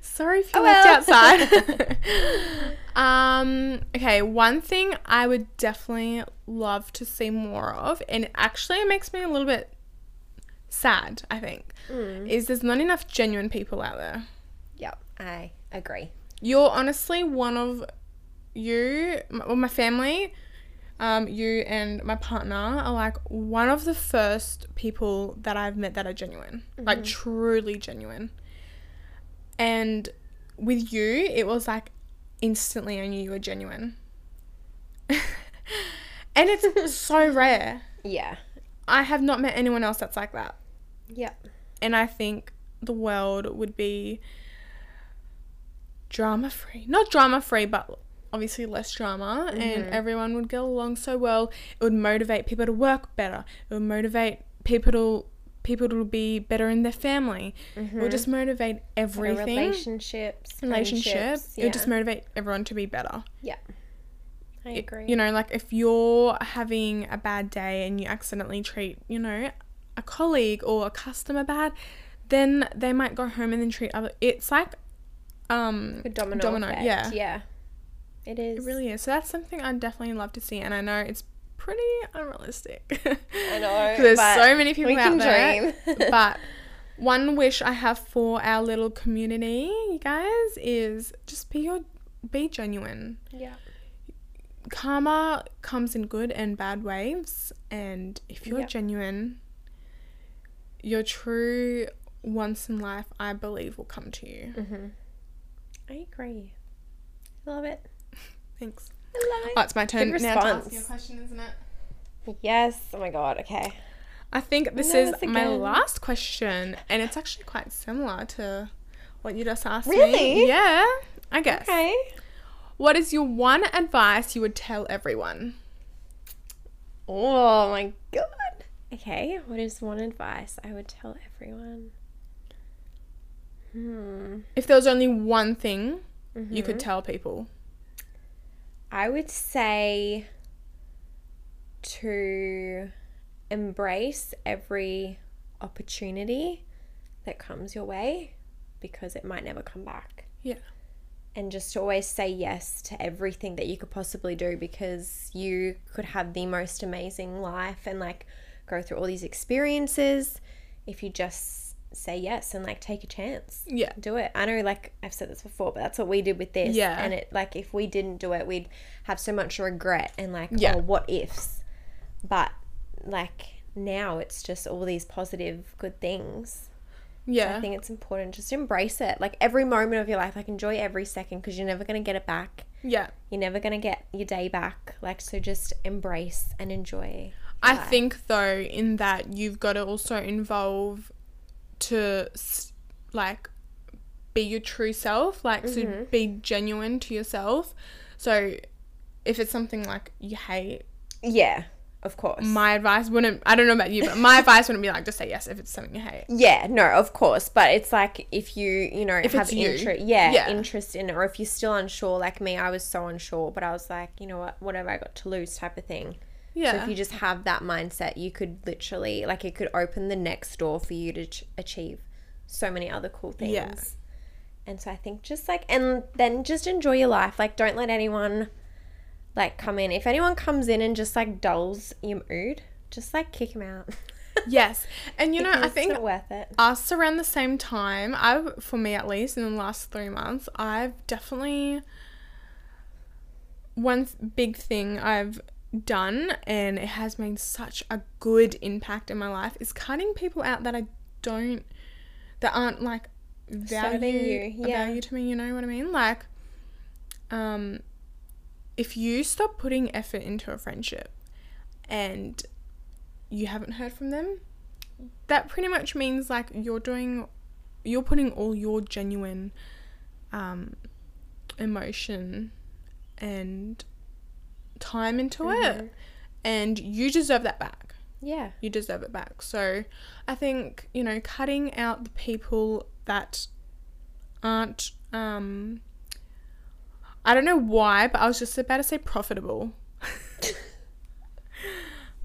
[SPEAKER 1] Sorry if you
[SPEAKER 2] Oh,
[SPEAKER 1] left
[SPEAKER 2] well.
[SPEAKER 1] outside. um. Okay. One thing I would definitely love to see more of, and it actually makes me a little bit sad. I think
[SPEAKER 2] Mm.
[SPEAKER 1] is there's not enough genuine people out there.
[SPEAKER 2] yep, I agree.
[SPEAKER 1] You're honestly one of you, m- well, my family, um, you and my partner are like one of the first people that I've met that are genuine, like truly genuine. And with you, it was like instantly I knew you were genuine. and it's so rare.
[SPEAKER 2] Yeah.
[SPEAKER 1] I have not met anyone else that's like that
[SPEAKER 2] Yep.
[SPEAKER 1] and I think the world would be drama free. Not drama free, but obviously less drama, and
[SPEAKER 2] Mm-hmm.
[SPEAKER 1] everyone would get along so well. It would motivate people to work better. It would motivate people to people to be better in their family.
[SPEAKER 2] Mm-hmm.
[SPEAKER 1] It would just motivate
[SPEAKER 2] Better
[SPEAKER 1] everything.
[SPEAKER 2] Relationships.
[SPEAKER 1] Relationship.
[SPEAKER 2] friendships,
[SPEAKER 1] It would just
[SPEAKER 2] yeah.
[SPEAKER 1] motivate everyone to be better.
[SPEAKER 2] Yeah. I
[SPEAKER 1] Y-
[SPEAKER 2] agree.
[SPEAKER 1] You know, like if you're having a bad day and you accidentally treat, you know, a colleague or a customer bad, then they might go home and then treat other. It's like, um,
[SPEAKER 2] A domino,
[SPEAKER 1] domino,
[SPEAKER 2] effect,
[SPEAKER 1] yeah.
[SPEAKER 2] Yeah. It is.
[SPEAKER 1] it really is. So that's something I'd definitely love to see, and I know it's pretty unrealistic. I
[SPEAKER 2] know,
[SPEAKER 1] there's
[SPEAKER 2] but
[SPEAKER 1] so many people
[SPEAKER 2] we
[SPEAKER 1] out
[SPEAKER 2] can
[SPEAKER 1] there.
[SPEAKER 2] dream.
[SPEAKER 1] but one wish I have for our little community, you guys, is just be your be genuine.
[SPEAKER 2] Yeah.
[SPEAKER 1] karma comes in good and bad waves and if you're
[SPEAKER 2] Yep.
[SPEAKER 1] genuine your true once in life i believe will come to you
[SPEAKER 2] Mm-hmm. I agree. Love it.
[SPEAKER 1] thanks
[SPEAKER 2] I
[SPEAKER 1] oh it's my turn
[SPEAKER 2] Good
[SPEAKER 1] now to ask you a
[SPEAKER 2] response.
[SPEAKER 1] question isn't it Uh,
[SPEAKER 2] Yes. Oh my god. Okay.
[SPEAKER 1] i think this is
[SPEAKER 2] Nervous
[SPEAKER 1] my
[SPEAKER 2] again.
[SPEAKER 1] last question and it's actually quite similar to what you just asked me
[SPEAKER 2] Really?
[SPEAKER 1] yeah i guess
[SPEAKER 2] Okay.
[SPEAKER 1] what is your one advice you would tell everyone
[SPEAKER 2] Oh my god. Okay. What is one advice I would tell everyone? Hmm.
[SPEAKER 1] if there was only one thing you
[SPEAKER 2] Mhm.
[SPEAKER 1] could tell people
[SPEAKER 2] I would say to embrace every opportunity that comes your way because it might never come back.
[SPEAKER 1] Yeah.
[SPEAKER 2] And just always say yes to everything that you could possibly do because you could have the most amazing life and like go through all these experiences if you just say yes and like take a chance
[SPEAKER 1] yeah
[SPEAKER 2] do it. I know, like I've said this before, but that's what we did with this.
[SPEAKER 1] Yeah.
[SPEAKER 2] And it, like, if we didn't do it, we'd have so much regret and like,
[SPEAKER 1] Yeah.
[SPEAKER 2] oh, what ifs. But like now, it's just all these positive, good things.
[SPEAKER 1] yeah
[SPEAKER 2] I think it's important just embrace it. Like every moment of your life, like enjoy every second because you're never gonna get it back.
[SPEAKER 1] yeah
[SPEAKER 2] You're never gonna get your day back. Like so, just embrace and enjoy.
[SPEAKER 1] I
[SPEAKER 2] life.
[SPEAKER 1] think though in that you've got to also involve to s- like be your true self, like so be genuine to yourself. So if it's something like you hate,
[SPEAKER 2] Yeah, of course.
[SPEAKER 1] my advice wouldn't I don't know about you, but my advice wouldn't be like just say yes if it's something you hate.
[SPEAKER 2] Yeah, no, of course, but it's like if you, you know, have
[SPEAKER 1] it's you.
[SPEAKER 2] interest, yeah,
[SPEAKER 1] Yeah.
[SPEAKER 2] interest in it, or if you're still unsure, like me, I was so unsure, but I was like, you know what, what have I got to lose, type of thing. So
[SPEAKER 1] Yeah.
[SPEAKER 2] if you just have that mindset, you could literally, like, it could open the next door for you to ch- achieve so many other cool things.
[SPEAKER 1] Yeah.
[SPEAKER 2] And so I think just like, and then just enjoy your life. Like, don't let anyone like come in. If anyone comes in and just like dulls your mood, just like kick them out.
[SPEAKER 1] yes. And you know, I
[SPEAKER 2] Because
[SPEAKER 1] think
[SPEAKER 2] it's not worth it.
[SPEAKER 1] us around the same time, I for me at least in the last three months, I've definitely one th- big thing I've done and it has made such a good impact in my life is cutting people out that I don't that aren't like value,
[SPEAKER 2] Serving you,
[SPEAKER 1] a
[SPEAKER 2] yeah.
[SPEAKER 1] value to me, you know what I mean? Like um if you stop putting effort into a friendship and you haven't heard from them, that pretty much means like you're doing you're putting all your genuine um emotion and time into
[SPEAKER 2] Mhm.
[SPEAKER 1] it, and you deserve that back.
[SPEAKER 2] Yeah.
[SPEAKER 1] You deserve it back. So I think, you know, cutting out the people that aren't, um, I don't know why, but I was just about to say profitable.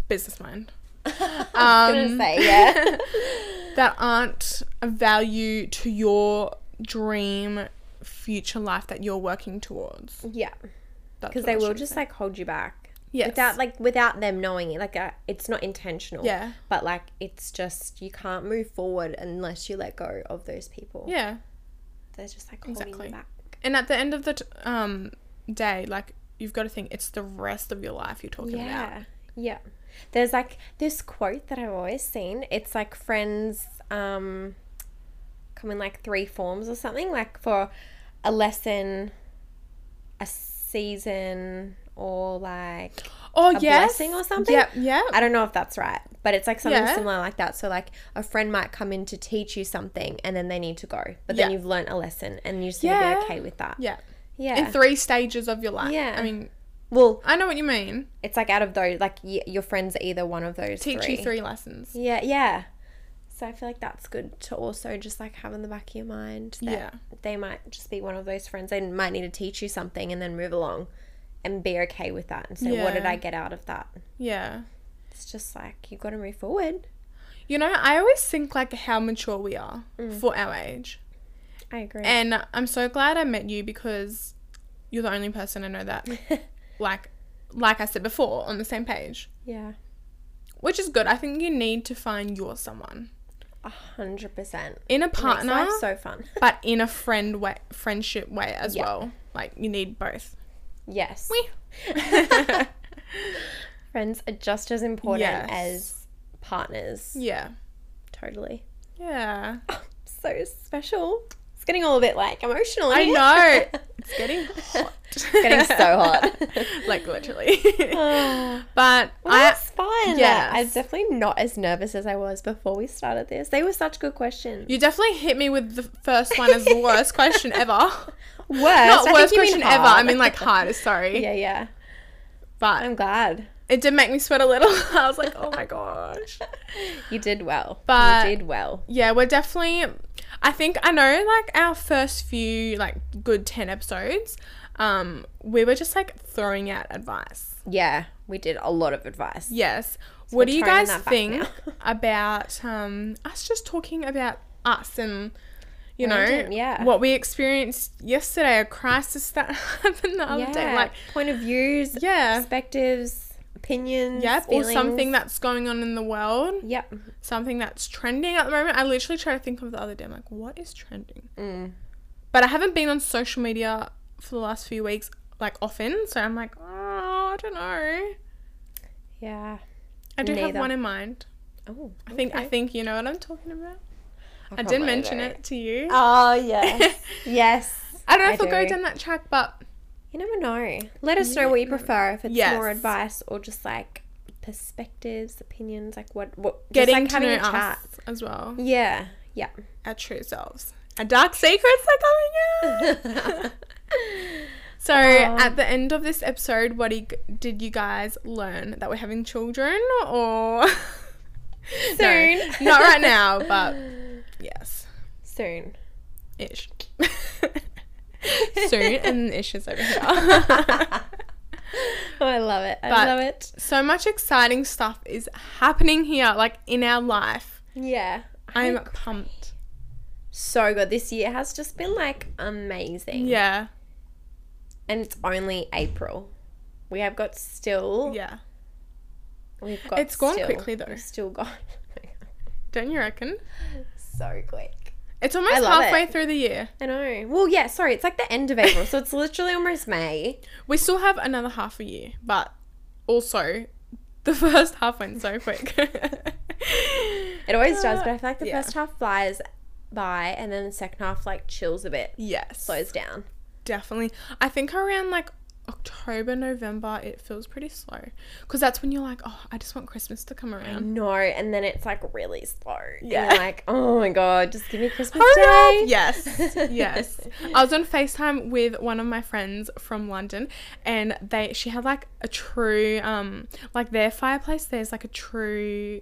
[SPEAKER 1] Business mind.
[SPEAKER 2] I was
[SPEAKER 1] Um,
[SPEAKER 2] gonna say, yeah.
[SPEAKER 1] that aren't a value to your dream future life that you're working towards.
[SPEAKER 2] yeah.
[SPEAKER 1] That's
[SPEAKER 2] Because
[SPEAKER 1] what
[SPEAKER 2] they
[SPEAKER 1] I was
[SPEAKER 2] will
[SPEAKER 1] trying to
[SPEAKER 2] just
[SPEAKER 1] say.
[SPEAKER 2] like hold you back.
[SPEAKER 1] Yes.
[SPEAKER 2] Without like without them knowing it. Like uh, it's not intentional.
[SPEAKER 1] yeah.
[SPEAKER 2] But like it's just you can't move forward unless you let go of those people.
[SPEAKER 1] Yeah.
[SPEAKER 2] They're just like holding
[SPEAKER 1] Exactly.
[SPEAKER 2] you back.
[SPEAKER 1] And at the end of the t- um, day, like, you've got to think it's the rest of your life you're talking about.
[SPEAKER 2] Yeah. Yeah. There's like this quote that I've always seen. It's like friends um come in like three forms or something, like for a lesson, a season, or like
[SPEAKER 1] Oh
[SPEAKER 2] a
[SPEAKER 1] yes.
[SPEAKER 2] blessing or something?
[SPEAKER 1] Yep, yep.
[SPEAKER 2] I don't know if that's right, but it's like something
[SPEAKER 1] Yeah.
[SPEAKER 2] similar like that. So like a friend might come in to teach you something and then they need to go. But then
[SPEAKER 1] Yeah.
[SPEAKER 2] you've learnt a lesson and you just need to
[SPEAKER 1] Yeah.
[SPEAKER 2] be okay with that.
[SPEAKER 1] yeah.
[SPEAKER 2] Yeah.
[SPEAKER 1] In three stages of your life.
[SPEAKER 2] Yeah.
[SPEAKER 1] I mean,
[SPEAKER 2] well,
[SPEAKER 1] I know what you mean.
[SPEAKER 2] it's like out of those like y- your friends are either one of those
[SPEAKER 1] Teach
[SPEAKER 2] three.
[SPEAKER 1] you three lessons.
[SPEAKER 2] Yeah, yeah. So I feel like that's good to also just like have in the back of your mind that
[SPEAKER 1] Yeah.
[SPEAKER 2] they might just be one of those friends. They might need to teach you something and then move along and be okay with that and say, what did
[SPEAKER 1] Yeah.
[SPEAKER 2] I get out of that?
[SPEAKER 1] Yeah.
[SPEAKER 2] It's just like you got to move forward.
[SPEAKER 1] You know, I always think like how mature we are
[SPEAKER 2] Mm.
[SPEAKER 1] for our age.
[SPEAKER 2] I agree.
[SPEAKER 1] And I'm so glad I met you because you're the only person I know that like like I said before on the same page,
[SPEAKER 2] yeah,
[SPEAKER 1] which is good. I think you need to find your someone.
[SPEAKER 2] a hundred percent.
[SPEAKER 1] In a
[SPEAKER 2] It makes
[SPEAKER 1] partner,
[SPEAKER 2] life so fun.
[SPEAKER 1] but in a friend way, friendship way as
[SPEAKER 2] Yeah.
[SPEAKER 1] well. Like you need both.
[SPEAKER 2] yes,
[SPEAKER 1] Wee.
[SPEAKER 2] friends are just as important
[SPEAKER 1] Yes.
[SPEAKER 2] as partners.
[SPEAKER 1] yeah.
[SPEAKER 2] Totally,
[SPEAKER 1] Yeah.
[SPEAKER 2] so special. It's getting all a bit like emotional.
[SPEAKER 1] I
[SPEAKER 2] isn't it?
[SPEAKER 1] know. It's getting hot.
[SPEAKER 2] getting so hot.
[SPEAKER 1] like literally.
[SPEAKER 2] Ah.
[SPEAKER 1] but
[SPEAKER 2] Well,
[SPEAKER 1] I
[SPEAKER 2] that's fun.
[SPEAKER 1] yes.
[SPEAKER 2] I'm definitely not as nervous as I was before we started this. They were such good questions.
[SPEAKER 1] you definitely hit me with the first one as the worst question ever.
[SPEAKER 2] Worst,
[SPEAKER 1] Not
[SPEAKER 2] I
[SPEAKER 1] worst
[SPEAKER 2] think you
[SPEAKER 1] question
[SPEAKER 2] mean
[SPEAKER 1] ever. I
[SPEAKER 2] hard.
[SPEAKER 1] mean like hardest, sorry.
[SPEAKER 2] yeah, Um, yeah.
[SPEAKER 1] But
[SPEAKER 2] I'm glad
[SPEAKER 1] it did make me sweat a little. I was like, "Oh my gosh."
[SPEAKER 2] you did well.
[SPEAKER 1] But-
[SPEAKER 2] you did well.
[SPEAKER 1] Yeah, we're definitely. I think I know. Like our first few, like good ten episodes, um, we were just like throwing out advice.
[SPEAKER 2] Yeah, we did a lot of advice.
[SPEAKER 1] Yes.
[SPEAKER 2] we're
[SPEAKER 1] what do you
[SPEAKER 2] throwing
[SPEAKER 1] guys
[SPEAKER 2] that back
[SPEAKER 1] think
[SPEAKER 2] now.
[SPEAKER 1] about um, us just talking about us and you know
[SPEAKER 2] Random, yeah.
[SPEAKER 1] what we experienced yesterday, a crisis that happened the other day, like
[SPEAKER 2] point of views,
[SPEAKER 1] yeah,
[SPEAKER 2] perspectives, opinions,
[SPEAKER 1] yep, or something
[SPEAKER 2] feelings.
[SPEAKER 1] that's going on in the world,
[SPEAKER 2] Yep.
[SPEAKER 1] something that's trending at the moment. I literally try to think of the other day, I'm like, what is trending?
[SPEAKER 2] Mm.
[SPEAKER 1] But I haven't been on social media for the last few weeks like often, so I'm like, oh, I don't know.
[SPEAKER 2] Yeah.
[SPEAKER 1] I do have
[SPEAKER 2] Neither.
[SPEAKER 1] one in mind.
[SPEAKER 2] Oh,
[SPEAKER 1] I think I
[SPEAKER 2] okay.
[SPEAKER 1] think you know what I'm talking about. I
[SPEAKER 2] can't
[SPEAKER 1] did
[SPEAKER 2] wait
[SPEAKER 1] mention
[SPEAKER 2] for
[SPEAKER 1] it to you.
[SPEAKER 2] Oh yes, yes.
[SPEAKER 1] I don't know if I'll
[SPEAKER 2] do.
[SPEAKER 1] go down that track, but
[SPEAKER 2] You never know. Let us know what you prefer. If it's
[SPEAKER 1] Yes.
[SPEAKER 2] more advice or just like perspectives, opinions, like what what just,
[SPEAKER 1] getting
[SPEAKER 2] like,
[SPEAKER 1] to know us as well,
[SPEAKER 2] Yeah, yeah.
[SPEAKER 1] our true selves, our dark secrets are coming out. So
[SPEAKER 2] Um,
[SPEAKER 1] at the end of this episode, what do you- did you guys learn that we're having children or
[SPEAKER 2] Soon.
[SPEAKER 1] No, not right now, but yes,
[SPEAKER 2] Soon.
[SPEAKER 1] ish. Soon and ish is over here.
[SPEAKER 2] Oh, I love it. I
[SPEAKER 1] But-
[SPEAKER 2] love it.
[SPEAKER 1] so much exciting stuff is happening here, like in our life.
[SPEAKER 2] Yeah.
[SPEAKER 1] I'm
[SPEAKER 2] I-
[SPEAKER 1] pumped.
[SPEAKER 2] so good. This year has just been like amazing.
[SPEAKER 1] Yeah,
[SPEAKER 2] And it's only April. We have got still.
[SPEAKER 1] yeah.
[SPEAKER 2] We've got
[SPEAKER 1] It's gone
[SPEAKER 2] still-
[SPEAKER 1] quickly, though.
[SPEAKER 2] We've still gone.
[SPEAKER 1] Don't you reckon?
[SPEAKER 2] so quick.
[SPEAKER 1] It's
[SPEAKER 2] I
[SPEAKER 1] almost
[SPEAKER 2] love
[SPEAKER 1] halfway through the year.
[SPEAKER 2] I know. Well, yeah, sorry. It's like the end of April. so it's literally almost May.
[SPEAKER 1] We still have another half a year, but also the first half went so quick.
[SPEAKER 2] It always does,
[SPEAKER 1] Uh,
[SPEAKER 2] but I feel like the
[SPEAKER 1] yeah.
[SPEAKER 2] first half flies by and then the second half like chills a bit,
[SPEAKER 1] yes,
[SPEAKER 2] slows down.
[SPEAKER 1] definitely. I think around like October, November, it feels pretty slow. Because that's when you're like, oh, I just want Christmas to come around.
[SPEAKER 2] No, and then it's like really slow.
[SPEAKER 1] Mm. Yeah.
[SPEAKER 2] And you're like, oh my god, just give me Christmas
[SPEAKER 1] Hurry
[SPEAKER 2] Day.
[SPEAKER 1] up. Yes. Yes. I was on FaceTime with one of my friends from London and they she had like a true um like their fireplace there's like a true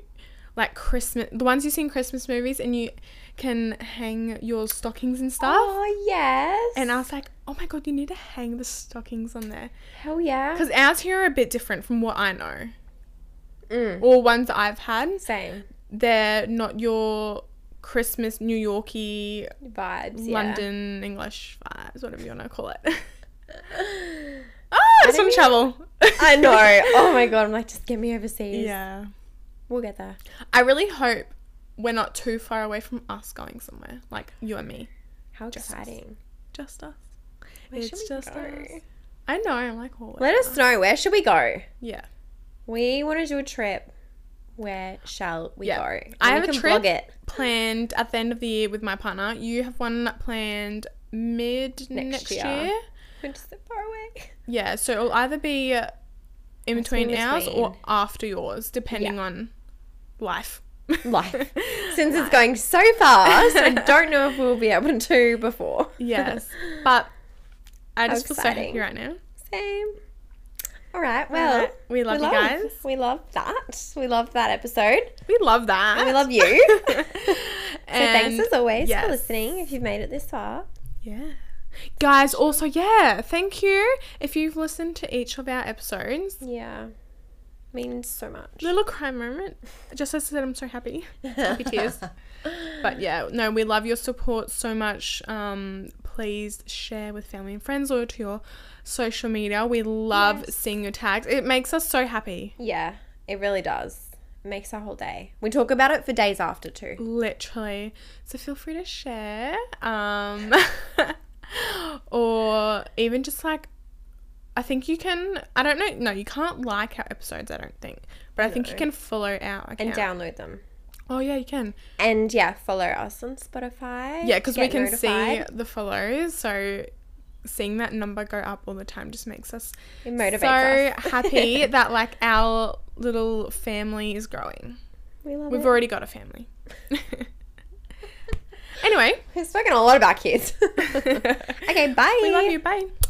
[SPEAKER 1] like Christmas the ones you see in Christmas movies and you can hang your stockings and stuff.
[SPEAKER 2] Oh yes.
[SPEAKER 1] And I was like, "Oh my god, you need to hang the stockings on there."
[SPEAKER 2] hell yeah.
[SPEAKER 1] Cuz ours here are a bit different from what I know.
[SPEAKER 2] Mm.
[SPEAKER 1] Or ones that I've had.
[SPEAKER 2] Same
[SPEAKER 1] They're not your Christmas New Yorkie
[SPEAKER 2] vibes.
[SPEAKER 1] London English vibes, whatever you want to call
[SPEAKER 2] Ah,
[SPEAKER 1] it.
[SPEAKER 2] Yeah.
[SPEAKER 1] oh, it's from
[SPEAKER 2] don't
[SPEAKER 1] travel.
[SPEAKER 2] I know. Oh my god, I'm like, just get me overseas.
[SPEAKER 1] Yeah.
[SPEAKER 2] We'll get there.
[SPEAKER 1] I really hope we're not too far away from us going somewhere, like you and me,
[SPEAKER 2] How
[SPEAKER 1] Just us.
[SPEAKER 2] exciting.
[SPEAKER 1] just us.
[SPEAKER 2] Where should
[SPEAKER 1] It's
[SPEAKER 2] we
[SPEAKER 1] just
[SPEAKER 2] go?
[SPEAKER 1] us. I know. I'm like, oh,
[SPEAKER 2] Let us know where should we go?
[SPEAKER 1] Yeah.
[SPEAKER 2] We want to do a trip. Where shall we
[SPEAKER 1] Yeah.
[SPEAKER 2] go?
[SPEAKER 1] I
[SPEAKER 2] We
[SPEAKER 1] have a
[SPEAKER 2] can blog
[SPEAKER 1] trip.
[SPEAKER 2] it
[SPEAKER 1] Planned at the end of the year with my partner. You have one planned mid
[SPEAKER 2] Next
[SPEAKER 1] next,
[SPEAKER 2] year.
[SPEAKER 1] year.
[SPEAKER 2] We're just so far away.
[SPEAKER 1] Yeah. So it'll either be uh, in
[SPEAKER 2] Must be in
[SPEAKER 1] between ours or
[SPEAKER 2] between.
[SPEAKER 1] after yours, depending on life.
[SPEAKER 2] Life. Since it's going so fast, I don't know if we'll be able to do before.
[SPEAKER 1] Yes, but I
[SPEAKER 2] How
[SPEAKER 1] just feel so
[SPEAKER 2] exciting.
[SPEAKER 1] happy right now.
[SPEAKER 2] Same. All right. Well,
[SPEAKER 1] Alright, we love you guys.
[SPEAKER 2] We love that. We love that episode.
[SPEAKER 1] We love that.
[SPEAKER 2] And we love you. so
[SPEAKER 1] And-
[SPEAKER 2] thanks as always
[SPEAKER 1] yes.
[SPEAKER 2] for listening. If you've made it this far,
[SPEAKER 1] Yeah. Guys, also, yeah, thank you if you've listened to each of our episodes.
[SPEAKER 2] yeah, means so much.
[SPEAKER 1] Little cry moment. Just as I said, I'm so happy. Happy tears. But yeah, no, we love your support so much. Um, please share with family and friends or to your social media. We love
[SPEAKER 2] Yes.
[SPEAKER 1] seeing your tags. It makes us so happy.
[SPEAKER 2] Yeah, it really does. It makes our whole day. We talk about it for days after too.
[SPEAKER 1] Literally. So feel free to share. Um or even just like I think you can I don't know no, you can't like our episodes, I don't think. But I think you
[SPEAKER 2] No.
[SPEAKER 1] can follow our account.
[SPEAKER 2] And download them.
[SPEAKER 1] Oh yeah, you can.
[SPEAKER 2] And yeah, follow us on Spotify.
[SPEAKER 1] Yeah,
[SPEAKER 2] to
[SPEAKER 1] because we
[SPEAKER 2] get
[SPEAKER 1] can
[SPEAKER 2] notified.
[SPEAKER 1] see the follows, so seeing that number go up all the time just makes us
[SPEAKER 2] It motivates
[SPEAKER 1] so
[SPEAKER 2] us.
[SPEAKER 1] happy that like our little family is growing.
[SPEAKER 2] we love
[SPEAKER 1] We've
[SPEAKER 2] it.
[SPEAKER 1] already got a family. anyway,
[SPEAKER 2] We've spoken a lot about kids. okay, bye.
[SPEAKER 1] we love you. Bye.